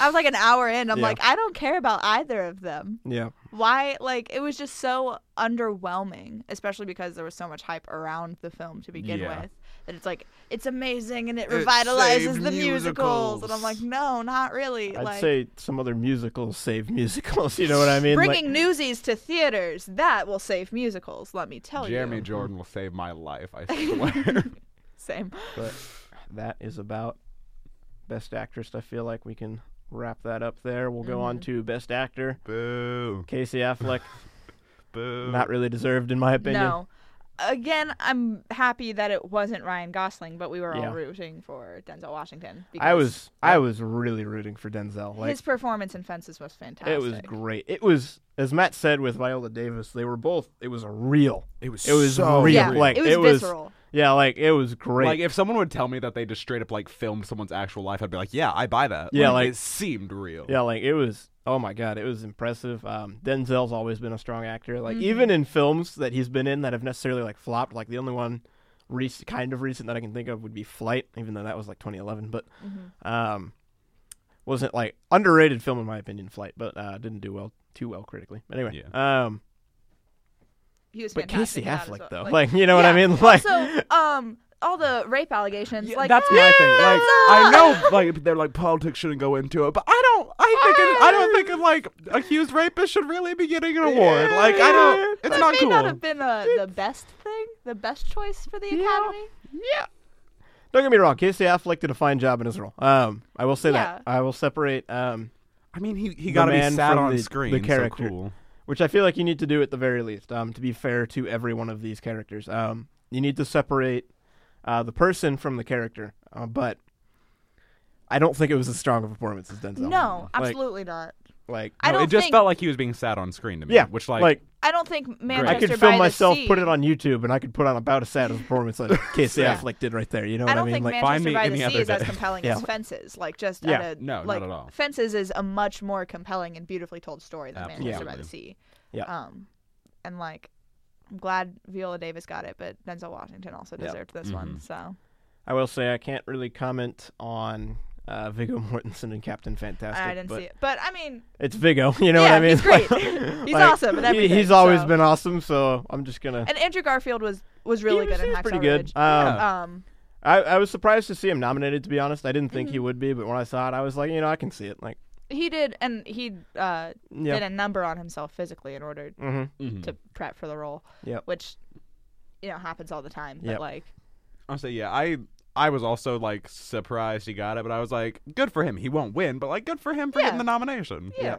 [SPEAKER 3] I was like an hour in. I'm
[SPEAKER 1] Yeah.
[SPEAKER 3] like, I don't care about either of them.
[SPEAKER 1] yeah,
[SPEAKER 3] Why? Like, it was just so underwhelming, especially because there was so much hype around the film to begin
[SPEAKER 2] Yeah.
[SPEAKER 3] with. That it's like it's amazing and it revitalizes
[SPEAKER 2] saved
[SPEAKER 3] the musicals. and I'm
[SPEAKER 2] musicals.
[SPEAKER 3] like, no, not really.
[SPEAKER 1] I'd
[SPEAKER 3] like
[SPEAKER 1] say some other musicals save musicals. You know what I mean? Like-
[SPEAKER 3] bringing Newsies to theaters that will save musicals. Let me tell
[SPEAKER 2] Jeremy
[SPEAKER 3] you.
[SPEAKER 2] Jordan will save my life, I swear.
[SPEAKER 3] Same.
[SPEAKER 1] but that is about best actress. I feel like we can wrap that up there. We'll go
[SPEAKER 3] Mm-hmm.
[SPEAKER 1] on to best actor.
[SPEAKER 2] boo.
[SPEAKER 1] Casey Affleck,
[SPEAKER 2] Boo.
[SPEAKER 1] not really deserved in my opinion.
[SPEAKER 3] No. Again, I'm happy that it wasn't Ryan Gosling, but we were
[SPEAKER 1] Yeah.
[SPEAKER 3] all rooting for Denzel Washington. Because
[SPEAKER 1] I was I was really rooting for Denzel. Like
[SPEAKER 3] his performance in Fences was fantastic.
[SPEAKER 1] it was great. It was as Matt said with Viola Davis, they were both it was real.
[SPEAKER 2] It was
[SPEAKER 1] It was
[SPEAKER 2] so
[SPEAKER 1] real.
[SPEAKER 3] Yeah,
[SPEAKER 2] real.
[SPEAKER 1] Like
[SPEAKER 3] it was visceral.
[SPEAKER 1] Yeah, like it was great.
[SPEAKER 2] Like if someone would tell me that they just straight up like filmed someone's actual life, I'd be like, yeah, I buy that.
[SPEAKER 1] Yeah, like-
[SPEAKER 2] it seemed real.
[SPEAKER 1] yeah, like it was oh my god, it was impressive. Um Denzel's always been a strong actor. Like
[SPEAKER 3] Mm-hmm.
[SPEAKER 1] even in films that he's been in that have necessarily like flopped, like the only one rec- kind of recent that I can think of would be Flight, even though that was like 2011, but
[SPEAKER 3] Mm-hmm.
[SPEAKER 1] um wasn't like underrated film in my opinion, Flight, but uh didn't do well too well critically. But anyway, um
[SPEAKER 3] He was
[SPEAKER 1] But
[SPEAKER 3] fantastic
[SPEAKER 1] Casey
[SPEAKER 3] in that
[SPEAKER 1] Affleck,
[SPEAKER 3] as well.
[SPEAKER 1] though, like, you know what I
[SPEAKER 3] Yeah.
[SPEAKER 1] mean? Like,
[SPEAKER 3] also, um, all the rape allegations,
[SPEAKER 2] Yeah,
[SPEAKER 3] like "Ah!"
[SPEAKER 2] that's
[SPEAKER 3] yeah,
[SPEAKER 2] my thing. Like I
[SPEAKER 3] that's
[SPEAKER 2] know, like they're like politics shouldn't go into it, but I don't. I think it, I don't think like accused rapists should really be getting an award. Like I don't. It's
[SPEAKER 3] That
[SPEAKER 2] not
[SPEAKER 3] may
[SPEAKER 2] cool.
[SPEAKER 3] not have been uh, the best thing, the best choice for the Academy.
[SPEAKER 1] yeah. Don't get me wrong, Casey Affleck did a fine job in his role. Um, I will say that. I will separate, um,
[SPEAKER 2] I mean, he he got to be
[SPEAKER 1] man
[SPEAKER 2] sad
[SPEAKER 1] from
[SPEAKER 2] on
[SPEAKER 1] the-
[SPEAKER 2] screen.
[SPEAKER 1] the
[SPEAKER 2] so
[SPEAKER 1] character.
[SPEAKER 2] cool.
[SPEAKER 1] which I feel like you need to do at the very least. Um, to be fair to every one of these characters, um, you need to separate uh, the person from the character. Uh, but I don't think it was as strong of a performance as Denzel.
[SPEAKER 3] No,
[SPEAKER 1] Like-
[SPEAKER 3] absolutely not.
[SPEAKER 1] Like,
[SPEAKER 3] I
[SPEAKER 2] No,
[SPEAKER 3] don't
[SPEAKER 2] it just
[SPEAKER 3] think
[SPEAKER 2] felt like he was being sad on screen to me.
[SPEAKER 1] yeah,
[SPEAKER 2] which like,
[SPEAKER 3] I don't think Manchester
[SPEAKER 1] I could
[SPEAKER 3] by
[SPEAKER 1] film
[SPEAKER 3] the
[SPEAKER 1] myself,
[SPEAKER 3] sea,
[SPEAKER 1] put it on YouTube, and I could put on about as sad a performance like Casey
[SPEAKER 3] Yeah.
[SPEAKER 1] Affleck did right there. You know
[SPEAKER 3] I
[SPEAKER 1] what I
[SPEAKER 3] don't
[SPEAKER 1] mean?
[SPEAKER 3] think
[SPEAKER 1] like,
[SPEAKER 2] find
[SPEAKER 3] Manchester
[SPEAKER 2] me
[SPEAKER 3] by the
[SPEAKER 2] any
[SPEAKER 3] Sea
[SPEAKER 2] other
[SPEAKER 3] is as
[SPEAKER 2] day.
[SPEAKER 3] compelling
[SPEAKER 1] Yeah.
[SPEAKER 3] as Fences. Like just
[SPEAKER 1] Yeah.
[SPEAKER 3] at a,
[SPEAKER 2] No, not
[SPEAKER 3] like,
[SPEAKER 2] at all.
[SPEAKER 3] Fences is a much more compelling and beautifully told story than Manchester by the Sea.
[SPEAKER 1] Yeah.
[SPEAKER 3] Um, and like, I'm glad Viola Davis got it, but Denzel Washington also
[SPEAKER 1] Yeah.
[SPEAKER 3] deserved this
[SPEAKER 2] Mm-hmm.
[SPEAKER 3] one. So
[SPEAKER 1] I will say I can't really comment on uh, Viggo Mortensen and Captain Fantastic.
[SPEAKER 3] I didn't
[SPEAKER 1] but
[SPEAKER 3] see it, but I mean,
[SPEAKER 1] It's Viggo, you know what
[SPEAKER 3] Yeah,
[SPEAKER 1] I mean?
[SPEAKER 3] he's great.
[SPEAKER 1] Like-
[SPEAKER 3] He's
[SPEAKER 1] like,
[SPEAKER 3] awesome at
[SPEAKER 1] he-
[SPEAKER 3] everything,
[SPEAKER 1] he's always
[SPEAKER 3] so.
[SPEAKER 1] been awesome, so I'm just gonna.
[SPEAKER 3] and Andrew Garfield was was really
[SPEAKER 1] He was-
[SPEAKER 3] good
[SPEAKER 1] he
[SPEAKER 3] in
[SPEAKER 1] was
[SPEAKER 3] Hacksaw
[SPEAKER 1] pretty good.
[SPEAKER 3] Ridge.
[SPEAKER 1] Um,
[SPEAKER 3] Um,
[SPEAKER 1] I, I was surprised to see him nominated. To be honest, I didn't think
[SPEAKER 3] Mm-hmm.
[SPEAKER 1] he would be, but when I saw it, I was like, you know, I can see it. Like,
[SPEAKER 3] he did, and he uh,
[SPEAKER 1] Yeah.
[SPEAKER 3] did a number on himself physically in order
[SPEAKER 1] mhm.
[SPEAKER 3] to prep for the role.
[SPEAKER 1] Yep.
[SPEAKER 3] Which, you know, happens all the time.
[SPEAKER 1] Yep.
[SPEAKER 3] But like,
[SPEAKER 2] I'll say yeah. I I was also like surprised he got it, but I was like, good for him. He won't win, but like, good for him for
[SPEAKER 3] Yeah.
[SPEAKER 2] getting the nomination.
[SPEAKER 3] yeah.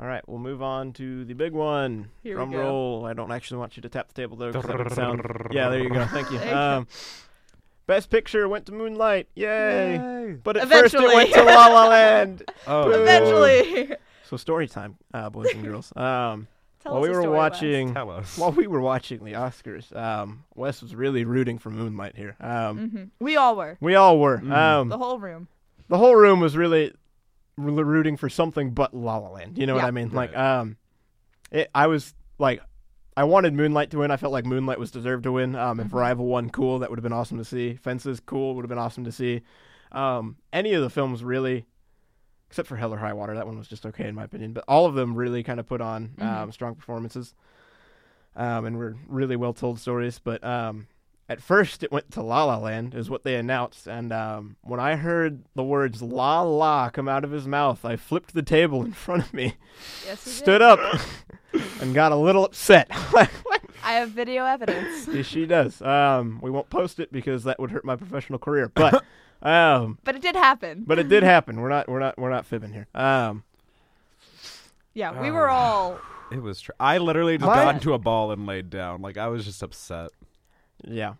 [SPEAKER 1] All right, we'll move on to the big one.
[SPEAKER 3] Here we
[SPEAKER 1] Drum
[SPEAKER 3] go.
[SPEAKER 1] roll. I don't actually want you to tap the table though. 'cause that would sound- Yeah, there you go. Thank you.
[SPEAKER 3] There you go.
[SPEAKER 1] Um, best picture went to Moonlight. Yay!
[SPEAKER 2] Yay.
[SPEAKER 1] But at first
[SPEAKER 3] Eventually.
[SPEAKER 1] it went to La La Land.
[SPEAKER 2] Oh,
[SPEAKER 1] Boo.
[SPEAKER 3] Eventually.
[SPEAKER 1] So story time, uh, boys and girls. Um,
[SPEAKER 3] Tell
[SPEAKER 1] while
[SPEAKER 3] us
[SPEAKER 1] we
[SPEAKER 3] a
[SPEAKER 1] were
[SPEAKER 3] story, Wes.
[SPEAKER 1] watching,
[SPEAKER 2] Tell us.
[SPEAKER 1] while we were watching the Oscars, um, Wes was really rooting for Moonlight here. Um,
[SPEAKER 3] Mhm. We all were.
[SPEAKER 1] We all were.
[SPEAKER 3] Mm. The
[SPEAKER 1] Um,
[SPEAKER 3] whole room.
[SPEAKER 1] the whole room was really r- rooting for something but La La Land. You know what
[SPEAKER 3] Yeah.
[SPEAKER 1] I mean? Like,
[SPEAKER 2] Right.
[SPEAKER 1] um, it, I was like, I wanted Moonlight to win. I felt like Moonlight was deserved to win. Um, if Rival won, cool. That would have been awesome to see. Fences, cool. Would have been awesome to see. Um, any of the films really, except for Hell or High Water, that one was just okay in my opinion. But all of them really kind of put on um, strong performances, um, and were really well told stories. But um, At first, it went to La La Land, is what they announced. And um, when I heard the words La La come out of his mouth, I flipped the table in front of me,
[SPEAKER 3] Yes, he did.
[SPEAKER 1] stood up, and got a little upset. Like, what?
[SPEAKER 3] I have video evidence.
[SPEAKER 1] Yes, she does. Um, we won't post it because that would hurt my professional career. But um,
[SPEAKER 3] but it did happen.
[SPEAKER 1] but it did happen. We're not we're not we're not fibbing here. Um,
[SPEAKER 3] Yeah,
[SPEAKER 1] Ah.
[SPEAKER 3] we were all.
[SPEAKER 2] It was. Tr- I literally just
[SPEAKER 1] What?
[SPEAKER 2] got into a ball and laid down. Like I was just upset.
[SPEAKER 1] yeah,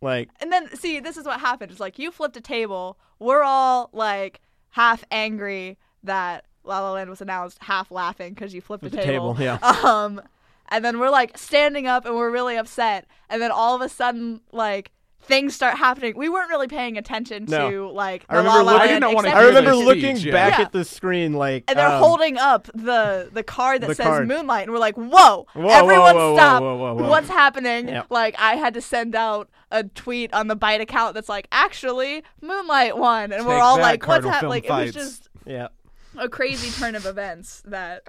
[SPEAKER 1] like
[SPEAKER 3] And then see, this is what happened. It's like you flipped a table. We're all like half angry that La La Land was announced, half laughing because you flipped a
[SPEAKER 1] the table.
[SPEAKER 3] table.
[SPEAKER 1] Yeah,
[SPEAKER 3] Um, and then we're like standing up and we're really upset. And then all of a sudden, like things start happening. We weren't really paying attention
[SPEAKER 1] No.
[SPEAKER 3] to like
[SPEAKER 1] I
[SPEAKER 3] the La
[SPEAKER 1] remember
[SPEAKER 3] La
[SPEAKER 1] looking- I
[SPEAKER 3] Land
[SPEAKER 2] didn't wanna
[SPEAKER 3] executive
[SPEAKER 1] I
[SPEAKER 2] hear
[SPEAKER 1] remember
[SPEAKER 2] Speech,
[SPEAKER 1] looking
[SPEAKER 2] yeah.
[SPEAKER 1] back
[SPEAKER 3] Yeah.
[SPEAKER 1] at the screen like
[SPEAKER 3] and they're
[SPEAKER 1] um,
[SPEAKER 3] holding up the the card that
[SPEAKER 1] the
[SPEAKER 3] says
[SPEAKER 1] card.
[SPEAKER 3] Moonlight, and we're like, "Whoa,
[SPEAKER 1] Whoa,
[SPEAKER 3] everyone,
[SPEAKER 1] whoa, whoa,
[SPEAKER 3] stop!
[SPEAKER 1] whoa, whoa, whoa.
[SPEAKER 3] What's happening?"
[SPEAKER 1] Yep.
[SPEAKER 3] Like, I had to send out a tweet on the Byte account that's like, "Actually, Moonlight won," and we're
[SPEAKER 2] Take
[SPEAKER 3] all
[SPEAKER 2] that,
[SPEAKER 3] like, "What's
[SPEAKER 2] Cardinal Film
[SPEAKER 3] happening?" Like,
[SPEAKER 2] Fights.
[SPEAKER 3] it was just
[SPEAKER 1] Yeah,
[SPEAKER 3] a crazy turn of events that,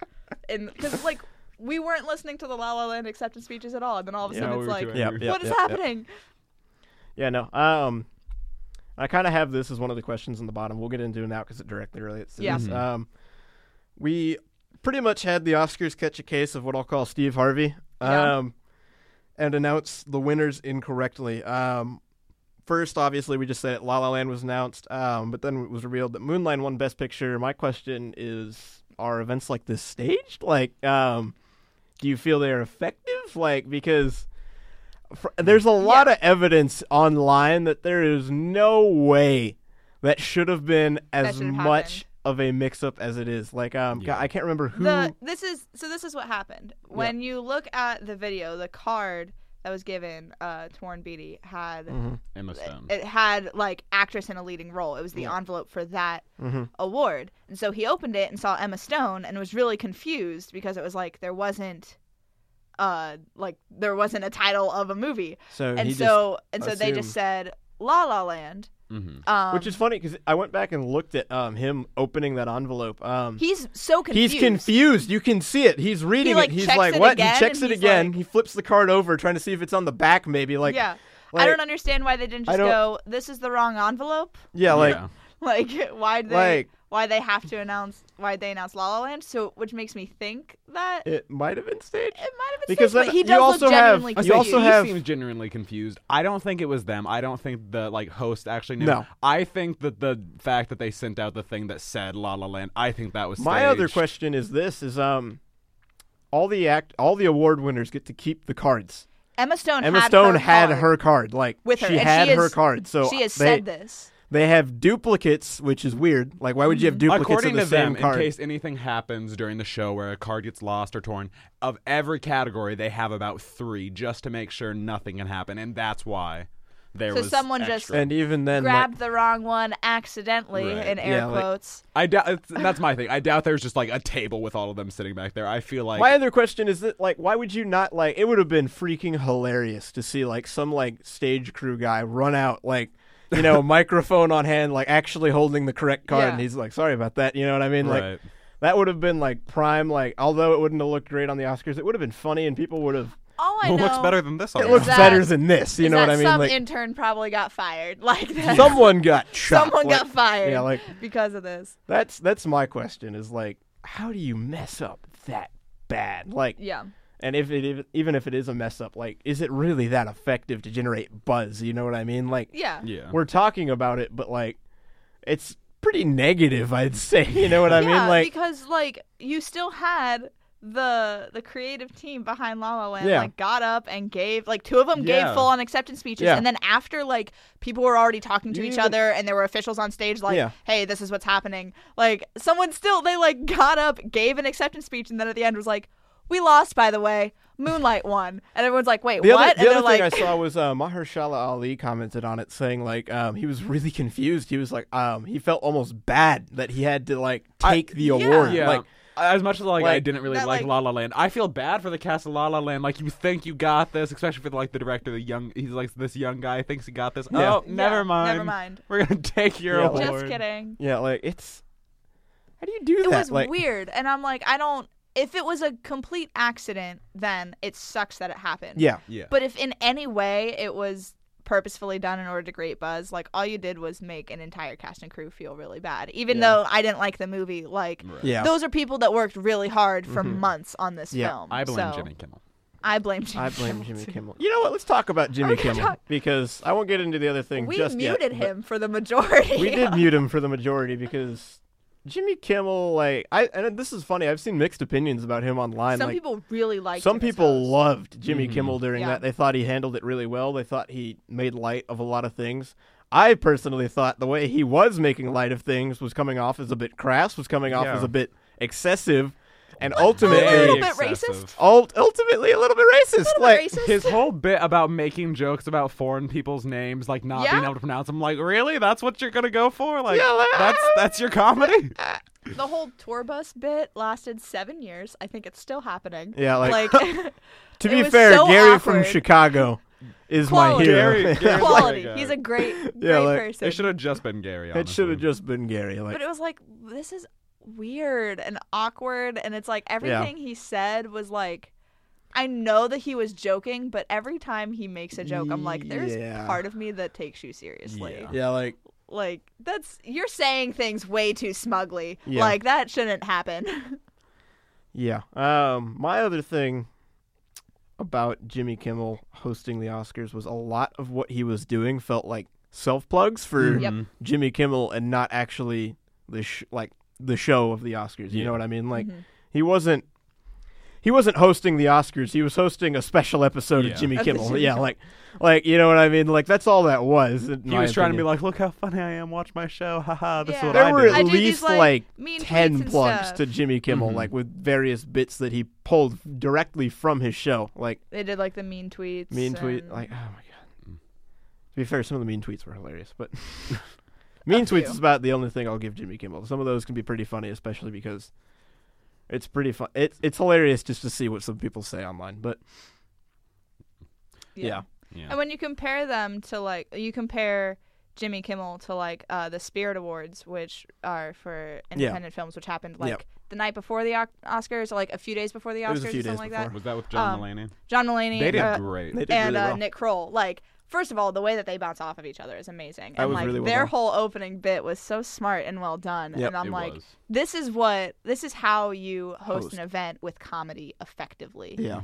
[SPEAKER 3] and because like we weren't listening to the La La Land acceptance speeches at all, and then all of a
[SPEAKER 2] Yeah,
[SPEAKER 3] sudden
[SPEAKER 2] we
[SPEAKER 3] it's
[SPEAKER 2] were
[SPEAKER 3] like,
[SPEAKER 2] too
[SPEAKER 3] "What is
[SPEAKER 1] yeah, yeah. yeah, yeah.
[SPEAKER 3] happening?"
[SPEAKER 1] Yeah, no. Um, I kind of have this as one of the questions on the bottom. We'll get into it now because it directly relates to
[SPEAKER 3] Yeah.
[SPEAKER 1] this. Um, we pretty much had the Oscars catch a case of what I'll call Steve Harvey,
[SPEAKER 3] Yeah.
[SPEAKER 1] um, and announce the winners incorrectly. Um, first, obviously, we just said it. La La Land was announced, um, but then it was revealed that Moonlight won Best Picture. My question is: Are events like this staged? Like, um, do you feel they're effective? Like, because fr- there's a lot of evidence online that there is no way that should have been as
[SPEAKER 3] should have
[SPEAKER 1] much of a mix-up as it is. Like, um, God, I can't remember who.
[SPEAKER 3] the this is so this is what happened when you look at the video the card that was given uh to Warren Beatty had
[SPEAKER 2] Emma Stone.
[SPEAKER 3] it had like actress in a leading role it was the envelope for that
[SPEAKER 1] Mm-hmm.
[SPEAKER 3] award and so he opened it and saw Emma Stone and was really confused because it was like there wasn't uh like there wasn't a title of a movie
[SPEAKER 1] so
[SPEAKER 3] and
[SPEAKER 1] he
[SPEAKER 3] so and so they just
[SPEAKER 1] assumed.
[SPEAKER 3] said La La Land
[SPEAKER 2] Mhm.
[SPEAKER 3] um
[SPEAKER 1] just, which is funny because I went back and looked at um him opening that envelope. Um,
[SPEAKER 3] he's so confused
[SPEAKER 1] He's confused. You can see it. He's reading
[SPEAKER 3] like,
[SPEAKER 1] it. He's
[SPEAKER 3] checks
[SPEAKER 1] like,
[SPEAKER 3] it
[SPEAKER 1] "What?"
[SPEAKER 3] again,
[SPEAKER 1] he checks
[SPEAKER 3] and
[SPEAKER 1] it
[SPEAKER 3] he's
[SPEAKER 1] again.
[SPEAKER 3] like-
[SPEAKER 1] he flips the card over, trying to see if it's on the back. Maybe like,
[SPEAKER 3] yeah I
[SPEAKER 1] like-
[SPEAKER 3] don't understand why they didn't
[SPEAKER 1] I
[SPEAKER 3] just
[SPEAKER 1] don't-
[SPEAKER 3] go this is the wrong envelope
[SPEAKER 1] yeah, like,
[SPEAKER 2] Yeah.
[SPEAKER 3] Like why they
[SPEAKER 1] Like-
[SPEAKER 3] why they have to announce why they announce La La Land? So which makes me think that it,
[SPEAKER 1] it might have been staged.
[SPEAKER 3] might have been
[SPEAKER 1] Because
[SPEAKER 3] staged, but
[SPEAKER 1] then
[SPEAKER 3] he
[SPEAKER 1] you
[SPEAKER 3] does look
[SPEAKER 1] also have-
[SPEAKER 3] genuinely
[SPEAKER 1] I
[SPEAKER 2] I
[SPEAKER 1] You
[SPEAKER 2] say
[SPEAKER 3] confused.
[SPEAKER 1] also
[SPEAKER 2] he
[SPEAKER 1] have-
[SPEAKER 2] seems genuinely confused. I don't think it was them. I don't think the like host actually knew.
[SPEAKER 1] No.
[SPEAKER 2] I think that the fact that they sent out the thing that said La La Land, I think that was
[SPEAKER 1] My other
[SPEAKER 2] staged.
[SPEAKER 1] question is this: is um, all the act, all the award winners get to keep the cards.
[SPEAKER 3] Emma Stone.
[SPEAKER 1] Emma
[SPEAKER 3] had
[SPEAKER 1] Stone
[SPEAKER 3] her
[SPEAKER 1] had
[SPEAKER 3] card
[SPEAKER 1] her card, like
[SPEAKER 3] with her.
[SPEAKER 1] she
[SPEAKER 3] and
[SPEAKER 1] had
[SPEAKER 3] she
[SPEAKER 1] her
[SPEAKER 3] has-
[SPEAKER 1] card. So
[SPEAKER 3] she has
[SPEAKER 1] they,
[SPEAKER 3] said this.
[SPEAKER 1] they have duplicates, which is weird. Like, why would you have
[SPEAKER 3] Mm-hmm.
[SPEAKER 1] duplicates
[SPEAKER 2] According
[SPEAKER 1] of the
[SPEAKER 2] to them,
[SPEAKER 1] same card?
[SPEAKER 2] in case anything happens during the show where a card gets lost or torn, of every category they have about three just to make sure nothing can happen, and that's why there
[SPEAKER 3] So
[SPEAKER 2] was.
[SPEAKER 3] someone just-
[SPEAKER 2] extra.
[SPEAKER 1] and even then, like-
[SPEAKER 3] Grabbed the wrong one accidentally
[SPEAKER 2] Right.
[SPEAKER 3] in air
[SPEAKER 1] Yeah, like-
[SPEAKER 3] quotes.
[SPEAKER 2] I doubt it's- that's my thing. I doubt there's just like a table with all of them sitting back there. I feel like
[SPEAKER 1] my other question is that, like, why would you not like? It would have been freaking hilarious to see like some like stage crew guy run out like. You know, microphone on hand, like actually holding the correct card,
[SPEAKER 3] Yeah.
[SPEAKER 1] and he's like, "Sorry about that." You know what I mean? Like,
[SPEAKER 2] Right.
[SPEAKER 1] that would have been like prime. Like, although it wouldn't have looked great on the Oscars, it would have been funny, and people would have
[SPEAKER 3] All I
[SPEAKER 2] Well,
[SPEAKER 3] know
[SPEAKER 2] it looks better than this.
[SPEAKER 1] it looks
[SPEAKER 3] that-
[SPEAKER 1] better than this. You
[SPEAKER 3] is
[SPEAKER 1] know
[SPEAKER 3] that
[SPEAKER 1] what I mean?
[SPEAKER 3] some
[SPEAKER 1] Like,
[SPEAKER 3] intern probably got fired. Like that.
[SPEAKER 1] someone got shot.
[SPEAKER 3] someone
[SPEAKER 1] like-
[SPEAKER 3] got fired.
[SPEAKER 1] Yeah, like
[SPEAKER 3] because of this.
[SPEAKER 1] that's that's my question. Is like, how do you mess up that bad? Like,
[SPEAKER 3] Yeah.
[SPEAKER 1] and if it ev- even if it is a mess up, like, is it really that effective to generate buzz? You know what I mean? Like,
[SPEAKER 3] Yeah.
[SPEAKER 2] Yeah.
[SPEAKER 1] we're talking about it, but like, it's pretty negative. I'd say. You know what I
[SPEAKER 3] yeah,
[SPEAKER 1] mean? Like,
[SPEAKER 3] because like you still had the the creative team behind La La Land
[SPEAKER 1] Yeah.
[SPEAKER 3] like got up and gave like two of them
[SPEAKER 2] Yeah.
[SPEAKER 3] gave full on acceptance speeches,
[SPEAKER 1] Yeah.
[SPEAKER 3] and then after like people were already talking to
[SPEAKER 1] You
[SPEAKER 3] each
[SPEAKER 1] even-
[SPEAKER 3] other, and there were officials on stage like,
[SPEAKER 1] Yeah.
[SPEAKER 3] "Hey, this is what's happening." Like someone still they like got up, gave an acceptance speech, and then at the end was like, "We lost, by the way. Moonlight won," and everyone's like, "Wait,
[SPEAKER 1] The
[SPEAKER 3] what?"
[SPEAKER 1] other, the
[SPEAKER 3] and
[SPEAKER 1] other
[SPEAKER 3] they're
[SPEAKER 1] thing
[SPEAKER 3] like,
[SPEAKER 1] I saw was uh, Mahershala Ali commented on it, saying like um, he was really confused. He was like, um, he felt almost bad that he had to like take the award.
[SPEAKER 2] Yeah.
[SPEAKER 1] Like,
[SPEAKER 2] as much as like, I
[SPEAKER 1] like-
[SPEAKER 2] didn't really
[SPEAKER 3] That,
[SPEAKER 2] like,
[SPEAKER 3] like-
[SPEAKER 2] La La Land, I feel bad for the cast of La La Land. Like you think you got this, especially for like the director, the young he's like this young guy thinks he got this.
[SPEAKER 1] Yeah.
[SPEAKER 2] Oh, never
[SPEAKER 3] Yeah,
[SPEAKER 2] mind.
[SPEAKER 3] never mind.
[SPEAKER 2] We're gonna take your
[SPEAKER 1] Yeah,
[SPEAKER 2] award.
[SPEAKER 1] like-
[SPEAKER 3] "Just kidding."
[SPEAKER 1] yeah, like it's how do you do
[SPEAKER 3] it
[SPEAKER 1] that?
[SPEAKER 3] was
[SPEAKER 1] like,
[SPEAKER 3] weird and i'm like i don't if it was a complete accident then it sucks that it happened
[SPEAKER 1] yeah,
[SPEAKER 2] Yeah.
[SPEAKER 3] but if in any way it was purposefully done in order to create buzz. Like all you did was make an entire cast and crew feel really bad, even though I didn't like the movie. Like
[SPEAKER 1] Yeah. Mm-hmm.
[SPEAKER 3] those are people that worked really hard for months on this
[SPEAKER 1] Yeah.
[SPEAKER 3] film.
[SPEAKER 2] I blame
[SPEAKER 3] so
[SPEAKER 2] Jimmy Kimmel.
[SPEAKER 3] I blame Jimmy.
[SPEAKER 1] I blame
[SPEAKER 3] Kimmel,
[SPEAKER 1] Jimmy
[SPEAKER 3] too.
[SPEAKER 1] Kimmel. You know what? Let's talk about Jimmy
[SPEAKER 3] gonna
[SPEAKER 1] Kimmel
[SPEAKER 3] talk-
[SPEAKER 1] because I won't get into the other thing
[SPEAKER 3] We
[SPEAKER 1] just yet,
[SPEAKER 3] muted
[SPEAKER 1] but-
[SPEAKER 3] him for the majority.
[SPEAKER 1] we did mute him for the majority because Jimmy Kimmel, like I, and this is funny. I've seen mixed opinions about him online.
[SPEAKER 3] Some
[SPEAKER 1] like,
[SPEAKER 3] people really liked.
[SPEAKER 1] some
[SPEAKER 3] him as
[SPEAKER 1] people
[SPEAKER 3] host.
[SPEAKER 1] loved Jimmy Kimmel during
[SPEAKER 3] Yeah.
[SPEAKER 1] that. They thought he handled it really well. They thought he made light of a lot of things. I personally thought the way he was making light of things was coming off as a bit crass, was coming off
[SPEAKER 2] Yeah.
[SPEAKER 1] as a bit excessive, and
[SPEAKER 3] a little
[SPEAKER 1] ultimately,
[SPEAKER 3] bit
[SPEAKER 2] excessive.
[SPEAKER 3] racist.
[SPEAKER 1] ult- ultimately a little bit racist. like,
[SPEAKER 3] racist.
[SPEAKER 2] His whole bit about making jokes about foreign people's names, like not
[SPEAKER 3] Yeah.
[SPEAKER 2] being able to pronounce them, like really, that's what you're gonna go for? Like
[SPEAKER 1] Yeah, like-
[SPEAKER 2] that's that's your comedy?
[SPEAKER 3] The whole tour bus bit lasted seven years. I think it's still happening.
[SPEAKER 1] Yeah, like- to
[SPEAKER 3] It
[SPEAKER 1] be
[SPEAKER 3] was
[SPEAKER 1] fair,
[SPEAKER 3] so
[SPEAKER 1] Gary from
[SPEAKER 3] awkward. Chicago
[SPEAKER 1] is my
[SPEAKER 3] Quality.
[SPEAKER 1] hero.
[SPEAKER 2] Gary- Gary's like
[SPEAKER 3] quality.
[SPEAKER 2] a-
[SPEAKER 3] He's a great, great
[SPEAKER 1] Yeah, like,
[SPEAKER 3] person.
[SPEAKER 2] it should have just been Gary.
[SPEAKER 1] it should have
[SPEAKER 2] honestly.
[SPEAKER 1] just been Gary. Like,
[SPEAKER 3] but it was like this is weird and awkward, and it's like everything he said was like. I know that he was joking, but every time he makes a joke, I'm like, there's
[SPEAKER 1] Yeah.
[SPEAKER 3] part of me that takes you seriously.
[SPEAKER 2] Yeah.
[SPEAKER 1] yeah, like
[SPEAKER 3] Like that's you're saying things way too smugly.
[SPEAKER 1] Yeah.
[SPEAKER 3] Like that shouldn't happen.
[SPEAKER 1] Yeah. Um, my other thing about Jimmy Kimmel hosting the Oscars was a lot of what he was doing felt like self plugs for
[SPEAKER 3] Yep.
[SPEAKER 1] Jimmy Kimmel and not actually the sh- like the show of the Oscars. You know what I mean? Like
[SPEAKER 3] Mm-hmm.
[SPEAKER 1] he wasn't he wasn't hosting the Oscars. He was hosting a special episode
[SPEAKER 2] Yeah.
[SPEAKER 1] of Jimmy
[SPEAKER 3] Of the
[SPEAKER 1] Kimmel.
[SPEAKER 3] Jimmy
[SPEAKER 1] Yeah,
[SPEAKER 3] Kimmel.
[SPEAKER 1] like like you know what I mean? Like that's all that was.
[SPEAKER 2] He was trying to be like, look how funny I am. Watch my show. Haha, this is
[SPEAKER 3] Yeah.
[SPEAKER 2] what
[SPEAKER 1] there
[SPEAKER 2] I
[SPEAKER 1] were
[SPEAKER 2] do.
[SPEAKER 1] at
[SPEAKER 3] I do these,
[SPEAKER 1] least
[SPEAKER 3] like,
[SPEAKER 1] like,
[SPEAKER 3] mean tweets
[SPEAKER 1] ten
[SPEAKER 3] and
[SPEAKER 1] plugs
[SPEAKER 3] stuff.
[SPEAKER 1] to Jimmy Kimmel,
[SPEAKER 2] Mm-hmm.
[SPEAKER 1] like with various bits that he pulled directly from his show, like
[SPEAKER 3] they did like the mean tweets.
[SPEAKER 1] mean tweet.
[SPEAKER 3] and-
[SPEAKER 1] Like, oh my god. To be fair, some of the mean tweets were hilarious, but mean
[SPEAKER 3] A
[SPEAKER 1] tweets
[SPEAKER 3] few.
[SPEAKER 1] is about the only thing I'll give Jimmy Kimmel. Some of those can be pretty funny, especially because it's pretty fun. It's it's hilarious just to see what some people say online, but yeah.
[SPEAKER 2] Yeah.
[SPEAKER 3] And when you compare them to like you compare Jimmy Kimmel to like uh, the Spirit Awards, which are for independent films, which happened like
[SPEAKER 1] Yep.
[SPEAKER 3] the night before the Oc- Oscars, or like a few days before the Oscars,
[SPEAKER 1] It was a
[SPEAKER 3] or
[SPEAKER 1] few
[SPEAKER 3] something
[SPEAKER 1] days
[SPEAKER 3] like that.
[SPEAKER 1] before.
[SPEAKER 2] Was that with John
[SPEAKER 3] Um,
[SPEAKER 2] Mulaney?
[SPEAKER 3] John Mulaney
[SPEAKER 2] They did
[SPEAKER 3] uh,
[SPEAKER 2] great.
[SPEAKER 1] they did
[SPEAKER 3] and
[SPEAKER 1] really
[SPEAKER 3] uh,
[SPEAKER 1] well.
[SPEAKER 3] Nick Kroll, like. First of all, the way that they bounce off of each other is amazing,
[SPEAKER 1] That
[SPEAKER 3] and
[SPEAKER 1] was
[SPEAKER 3] like
[SPEAKER 1] really well
[SPEAKER 3] their
[SPEAKER 1] done.
[SPEAKER 3] whole opening bit was so smart and well done.
[SPEAKER 1] Yep.
[SPEAKER 3] and I'm
[SPEAKER 2] It
[SPEAKER 3] like,
[SPEAKER 2] was.
[SPEAKER 3] this is what this is how you host,
[SPEAKER 1] Host.
[SPEAKER 3] an event with comedy effectively
[SPEAKER 1] yeah,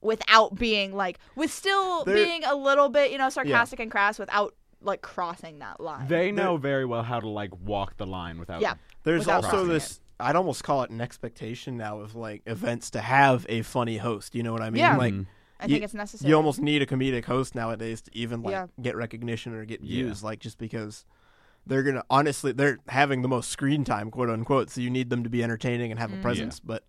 [SPEAKER 3] without being like with still
[SPEAKER 1] They're-
[SPEAKER 3] being a little bit you know sarcastic and crass without like crossing that line
[SPEAKER 2] They know very well how to like walk the line without.
[SPEAKER 3] yeah
[SPEAKER 1] There's
[SPEAKER 3] without
[SPEAKER 1] also
[SPEAKER 3] crossing
[SPEAKER 1] this.
[SPEAKER 3] it.
[SPEAKER 1] I'd almost call it an expectation now of like events to have a funny host. You know what I mean?
[SPEAKER 3] Yeah.
[SPEAKER 1] Like
[SPEAKER 3] i
[SPEAKER 1] you-
[SPEAKER 3] think it's necessary
[SPEAKER 1] you almost need a comedic host nowadays to even like
[SPEAKER 3] Yeah.
[SPEAKER 1] get recognition or get
[SPEAKER 2] Yeah.
[SPEAKER 1] views. Like just because they're gonna honestly they're having the most screen time, quote unquote. So you need them to be entertaining and have
[SPEAKER 3] Mm.
[SPEAKER 1] a presence. But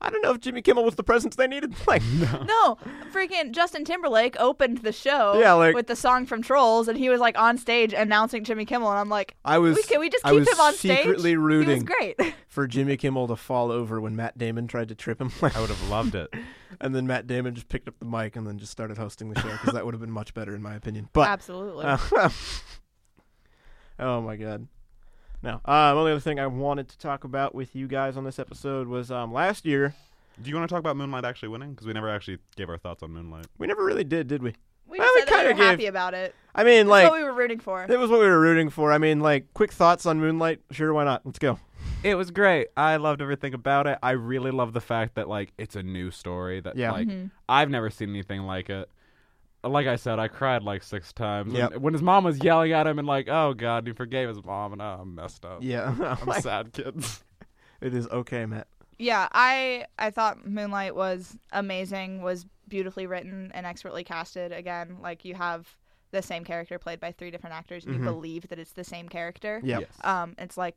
[SPEAKER 1] I don't know if Jimmy Kimmel was the presence they needed. Like
[SPEAKER 3] no freaking justin timberlake opened the show
[SPEAKER 1] Yeah, like-
[SPEAKER 3] with the song from trolls and he was like on stage announcing jimmy kimmel and i'm like
[SPEAKER 1] I was.
[SPEAKER 3] we, can we just
[SPEAKER 1] I
[SPEAKER 3] keep
[SPEAKER 1] was
[SPEAKER 3] him on stage
[SPEAKER 1] secretly
[SPEAKER 3] he was
[SPEAKER 1] rooting
[SPEAKER 3] great
[SPEAKER 1] for Jimmy Kimmel to fall over when Matt Damon tried to trip him. Like,
[SPEAKER 2] I would have loved it.
[SPEAKER 1] and then Matt Damon just picked up the mic and then just started hosting the show because that would have been much better in my opinion. But
[SPEAKER 3] absolutely
[SPEAKER 1] Uh, oh my god. No. Um, only other thing I wanted to talk about with you guys on this episode was um, last year
[SPEAKER 2] Do you want to talk about Moonlight actually winning? Because we never actually gave our thoughts on Moonlight.
[SPEAKER 1] we never really did, did we?
[SPEAKER 3] we
[SPEAKER 1] Well,
[SPEAKER 3] just
[SPEAKER 1] we
[SPEAKER 3] said that we
[SPEAKER 1] kinda
[SPEAKER 3] were
[SPEAKER 1] gave-
[SPEAKER 3] happy about it
[SPEAKER 1] I mean,
[SPEAKER 3] that's
[SPEAKER 1] like
[SPEAKER 3] what we were rooting for
[SPEAKER 1] it was what we were rooting for. I mean, like quick thoughts on Moonlight. Sure, why not? Let's go.
[SPEAKER 2] It was great. I loved everything about it. I really love the fact that like it's a new story that
[SPEAKER 1] Yeah.
[SPEAKER 2] like I've never seen anything like it. Like I said, I cried like six times. When-
[SPEAKER 1] Yep.
[SPEAKER 2] When, his mom was yelling at him and like, "Oh God, he forgave his mom," and oh, I'm messed up.
[SPEAKER 1] Yeah,
[SPEAKER 2] I'm
[SPEAKER 1] Like,
[SPEAKER 2] sad, kids.
[SPEAKER 1] it is okay, Matt.
[SPEAKER 3] yeah i i thought moonlight was amazing was beautifully written and expertly casted again like you have the same character played by three different actors and
[SPEAKER 1] Mhm.
[SPEAKER 3] you believe that it's the same character
[SPEAKER 1] Yeah,
[SPEAKER 2] Yes.
[SPEAKER 3] um it's like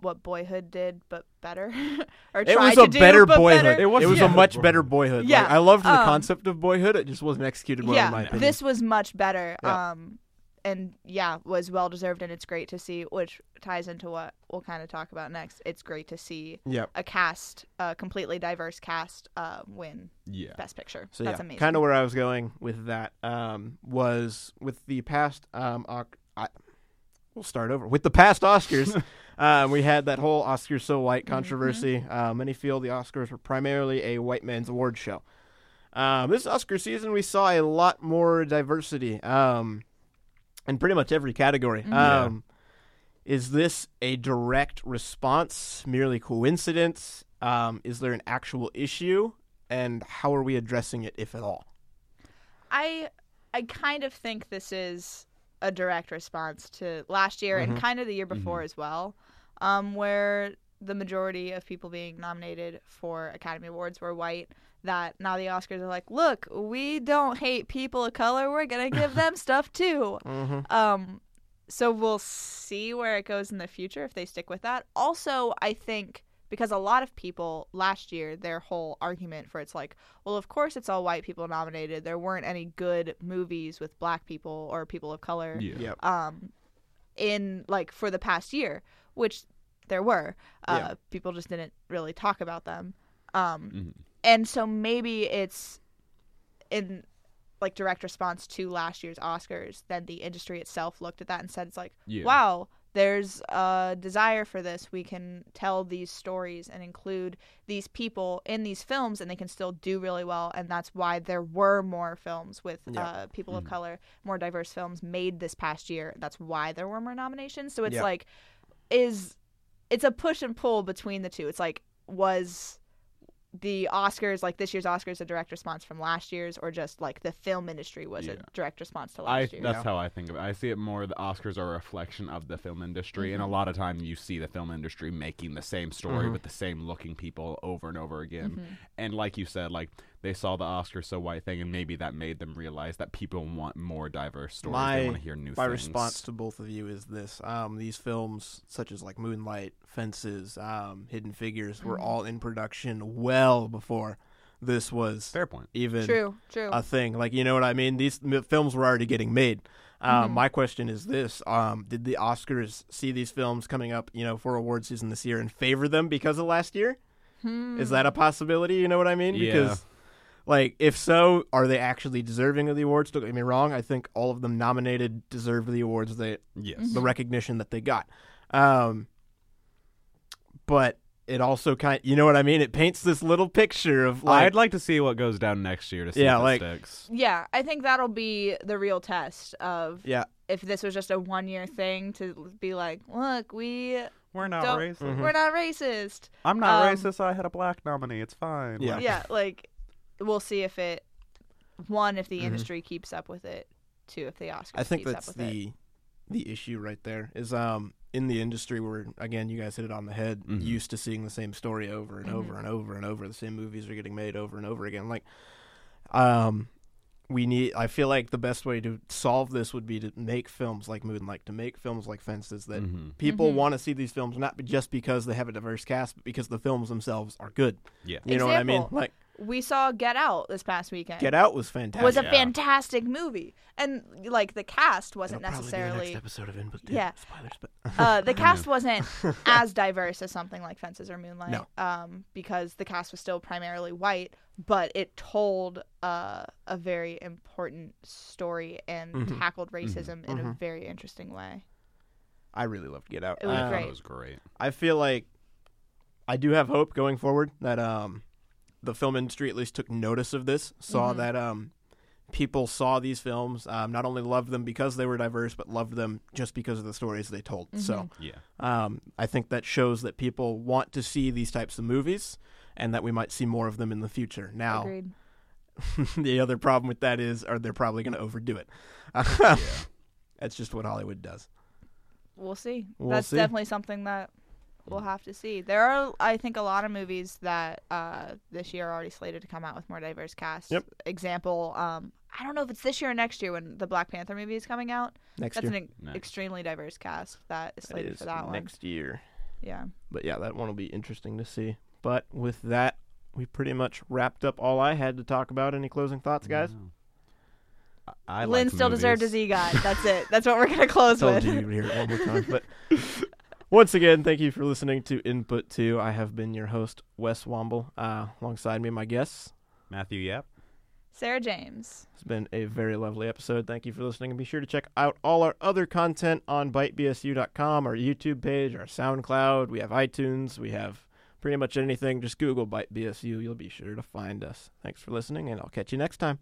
[SPEAKER 3] what boyhood did but better or
[SPEAKER 1] it
[SPEAKER 3] tried
[SPEAKER 1] was
[SPEAKER 3] to
[SPEAKER 1] a
[SPEAKER 3] do,
[SPEAKER 1] better
[SPEAKER 3] but
[SPEAKER 1] boyhood.
[SPEAKER 3] better.
[SPEAKER 1] It
[SPEAKER 2] It
[SPEAKER 1] was,
[SPEAKER 2] was-
[SPEAKER 1] a
[SPEAKER 2] yeah.
[SPEAKER 1] much better boyhood. Like,
[SPEAKER 3] Yeah.
[SPEAKER 1] I loved the
[SPEAKER 3] Um,
[SPEAKER 1] concept of boyhood. It just wasn't executed well, in my
[SPEAKER 3] yeah
[SPEAKER 1] opinion.
[SPEAKER 3] this was much better
[SPEAKER 1] Yeah.
[SPEAKER 3] um and yeah was well deserved and it's great to see which ties into what we'll kind of talk about next it's great to see
[SPEAKER 1] yeah.
[SPEAKER 3] a cast a completely diverse cast uh win
[SPEAKER 2] Yeah.
[SPEAKER 3] best picture
[SPEAKER 1] So
[SPEAKER 3] that's
[SPEAKER 1] yeah,
[SPEAKER 3] amazing
[SPEAKER 1] kind of where I was going with that um, was with the past. Um, Oc- I, we'll start over with the past Oscars. um, we had that whole Oscars so
[SPEAKER 3] Mm-hmm.
[SPEAKER 1] white controversy. Uh, many feel the Oscars were primarily a white man's award show. Um, this Oscar season, we saw a lot more diversity. Um, in pretty much every category.
[SPEAKER 2] Mm-hmm.
[SPEAKER 1] Um, Is this a direct response, merely coincidence? Um, is there an actual issue? And how are we addressing it, if at all?
[SPEAKER 3] I I kind of think this is a direct response to last year and
[SPEAKER 1] Mm-hmm.
[SPEAKER 3] kind of the year before as well, um, where the majority of people being nominated for Academy Awards were white. That now the Oscars are like, look, we don't hate people of color. We're gonna give them stuff too.
[SPEAKER 1] Mm-hmm.
[SPEAKER 3] Um, so we'll see where it goes in the future if they stick with that. Also, I think because a lot of people last year, their whole argument for it's like, well, of course it's all white people nominated. There weren't any good movies with black people or people of color
[SPEAKER 2] Yeah.
[SPEAKER 1] Yep.
[SPEAKER 3] um, in like for the past year, which there were. Uh,
[SPEAKER 1] Yeah. Mm-hmm.
[SPEAKER 3] People just didn't really talk about them. Um,
[SPEAKER 2] Mhm.
[SPEAKER 3] And so maybe it's in like direct response to last year's Oscars. Then the industry itself looked at that and said, "It's like,
[SPEAKER 2] Yeah.
[SPEAKER 3] wow, there's a desire for this. We can tell these stories and include these people in these films, and they can still do really well. And that's why there were more films with
[SPEAKER 1] Yeah.
[SPEAKER 3] uh, people
[SPEAKER 2] Mm.
[SPEAKER 3] of color, more diverse films made this past year. That's why there were more nominations. So it's
[SPEAKER 1] Yeah.
[SPEAKER 3] like, is it's a push and pull between the two. It's like, was the Oscars, like this year's Oscars, a direct response from last year's, or just like the film industry was
[SPEAKER 2] Yeah.
[SPEAKER 3] a direct response to
[SPEAKER 2] I,
[SPEAKER 3] last year?
[SPEAKER 2] that's how I think of it. I see it more. The Oscars are a reflection of the film industry,
[SPEAKER 3] Mm-hmm.
[SPEAKER 2] and a lot of time you see the film industry making the same story
[SPEAKER 1] Mhm.
[SPEAKER 2] with the same looking people over and over again.
[SPEAKER 3] Mhm.
[SPEAKER 2] And like you said, like they saw the Oscars so white thing, and maybe that made them realize that people want more diverse stories.
[SPEAKER 1] My-
[SPEAKER 2] they want to hear new.
[SPEAKER 1] My
[SPEAKER 2] things.
[SPEAKER 1] response to both of you is this: um, these films, such as like Moonlight, Fences, um, Hidden Figures,
[SPEAKER 2] Mm-hmm.
[SPEAKER 1] were all in production well before this was
[SPEAKER 2] Fair point.
[SPEAKER 1] even
[SPEAKER 3] True, true.
[SPEAKER 1] a thing. Like, you know what I mean? These m- films were already getting made. Uh, My question is this: um, Did the Oscars see these films coming up, you know, for award season this year and favor them because of last year?
[SPEAKER 3] Hmm.
[SPEAKER 1] Is that a possibility? You know what I mean?
[SPEAKER 2] Yeah.
[SPEAKER 1] Because, like, if so, are they actually deserving of the awards? Don't get me wrong. I think all of them nominated deserve the awards they
[SPEAKER 2] Yes.
[SPEAKER 3] Mm-hmm.
[SPEAKER 1] the recognition that they got. Um, but it also kind, you know what I mean? It paints this little picture of like,
[SPEAKER 2] I'd like to see what goes down next year to see
[SPEAKER 1] Yeah,
[SPEAKER 2] if it
[SPEAKER 1] like-
[SPEAKER 2] sticks.
[SPEAKER 3] Yeah, I think that'll be the real test of
[SPEAKER 1] yeah,
[SPEAKER 3] if this was just a one year thing to be like, look, we
[SPEAKER 2] We're not
[SPEAKER 3] don't,
[SPEAKER 2] racist.
[SPEAKER 1] Mm-hmm.
[SPEAKER 3] we're not racist.
[SPEAKER 2] I'm not
[SPEAKER 3] Um,
[SPEAKER 2] racist. I had a black nominee. It's fine.
[SPEAKER 1] Yeah.
[SPEAKER 2] Like,
[SPEAKER 3] Yeah, like we'll see if it one if the industry keeps up with it, two if the Oscars.
[SPEAKER 1] Mm-hmm. I think
[SPEAKER 3] keeps
[SPEAKER 1] that's
[SPEAKER 3] up with it.
[SPEAKER 1] the the issue right there is um in the industry where again you guys hit it on the head
[SPEAKER 2] Mhm.
[SPEAKER 1] used to seeing the same story over and over
[SPEAKER 3] Mm-hmm.
[SPEAKER 1] and over and over the same movies are getting made over and over again like um we need i feel like the best way to solve this would be to make films like moonlight to make films like fences that
[SPEAKER 2] Mhm.
[SPEAKER 1] people
[SPEAKER 3] Mm-hmm.
[SPEAKER 1] want to see these films not be- just because they have a diverse cast but because the films themselves are good
[SPEAKER 2] Yeah.
[SPEAKER 1] you know what i mean
[SPEAKER 3] Example.
[SPEAKER 1] like
[SPEAKER 3] we saw Get Out this past weekend.
[SPEAKER 1] get out was fantastic
[SPEAKER 3] was a
[SPEAKER 2] Yeah.
[SPEAKER 3] fantastic movie, and like the cast
[SPEAKER 1] It'll
[SPEAKER 3] wasn't
[SPEAKER 1] probably be the
[SPEAKER 3] necessarily
[SPEAKER 1] next episode of Input Data.
[SPEAKER 3] Yeah.
[SPEAKER 1] spoilers but
[SPEAKER 3] uh, the cast wasn't as diverse as something like Fences or Moonlight,
[SPEAKER 1] No.
[SPEAKER 3] um, because the cast was still primarily white, but it told uh, a very important story and
[SPEAKER 1] Mhm.
[SPEAKER 3] tackled racism in a
[SPEAKER 1] Mhm.
[SPEAKER 3] very interesting way.
[SPEAKER 1] i really loved get out Um,
[SPEAKER 3] It was
[SPEAKER 2] I thought
[SPEAKER 3] great.
[SPEAKER 2] it was great.
[SPEAKER 1] I feel like I do have hope going forward that um, the film industry at least took notice of this, saw
[SPEAKER 3] Mhm.
[SPEAKER 1] that um, people saw these films, um, not only loved them because they were diverse, but loved them just because of the stories they told. So
[SPEAKER 2] Yeah.
[SPEAKER 3] Mm-hmm.
[SPEAKER 1] um, I think that shows that people want to see these types of movies and that we might see more of them in the future. Now,
[SPEAKER 3] Agreed.
[SPEAKER 1] the other problem with that is, are they're probably going to overdo it. That's just what Hollywood does.
[SPEAKER 3] We'll see.
[SPEAKER 1] We'll
[SPEAKER 3] That's
[SPEAKER 1] see.
[SPEAKER 3] definitely something that we'll have to see. There are, I think, a lot of movies that uh, this year are already slated to come out with more diverse casts.
[SPEAKER 1] Yep.
[SPEAKER 3] Example, um, I don't know if it's this year or next year when the Black Panther movie is coming out.
[SPEAKER 1] Next
[SPEAKER 3] That's
[SPEAKER 1] year.
[SPEAKER 3] an
[SPEAKER 2] Nice.
[SPEAKER 3] extremely diverse cast that is
[SPEAKER 1] That
[SPEAKER 3] slated
[SPEAKER 1] is
[SPEAKER 3] for that one.
[SPEAKER 1] next year.
[SPEAKER 3] Yeah.
[SPEAKER 1] but yeah, that one will be interesting to see. But with that, we pretty much wrapped up all I had to talk about. Any closing thoughts, guys?
[SPEAKER 2] I- I
[SPEAKER 3] Lynn
[SPEAKER 2] liked
[SPEAKER 3] still
[SPEAKER 2] movies.
[SPEAKER 3] deserved a Z guy. That's it. That's what we're gonna close
[SPEAKER 1] Told
[SPEAKER 3] with.
[SPEAKER 1] you you'd hear it one more time. But once again, thank you for listening to Input Two. I have been your host, Wes Womble. Uh, alongside me, my guests.
[SPEAKER 2] Matthew Yep.
[SPEAKER 3] Sarah James.
[SPEAKER 1] It's been a very lovely episode. Thank you for listening, and be sure to check out all our other content on ByteBSU.com, our YouTube page, our SoundCloud. We have iTunes. We have pretty much anything. Just Google ByteBSU. You'll be sure to find us. Thanks for listening, and I'll catch you next time.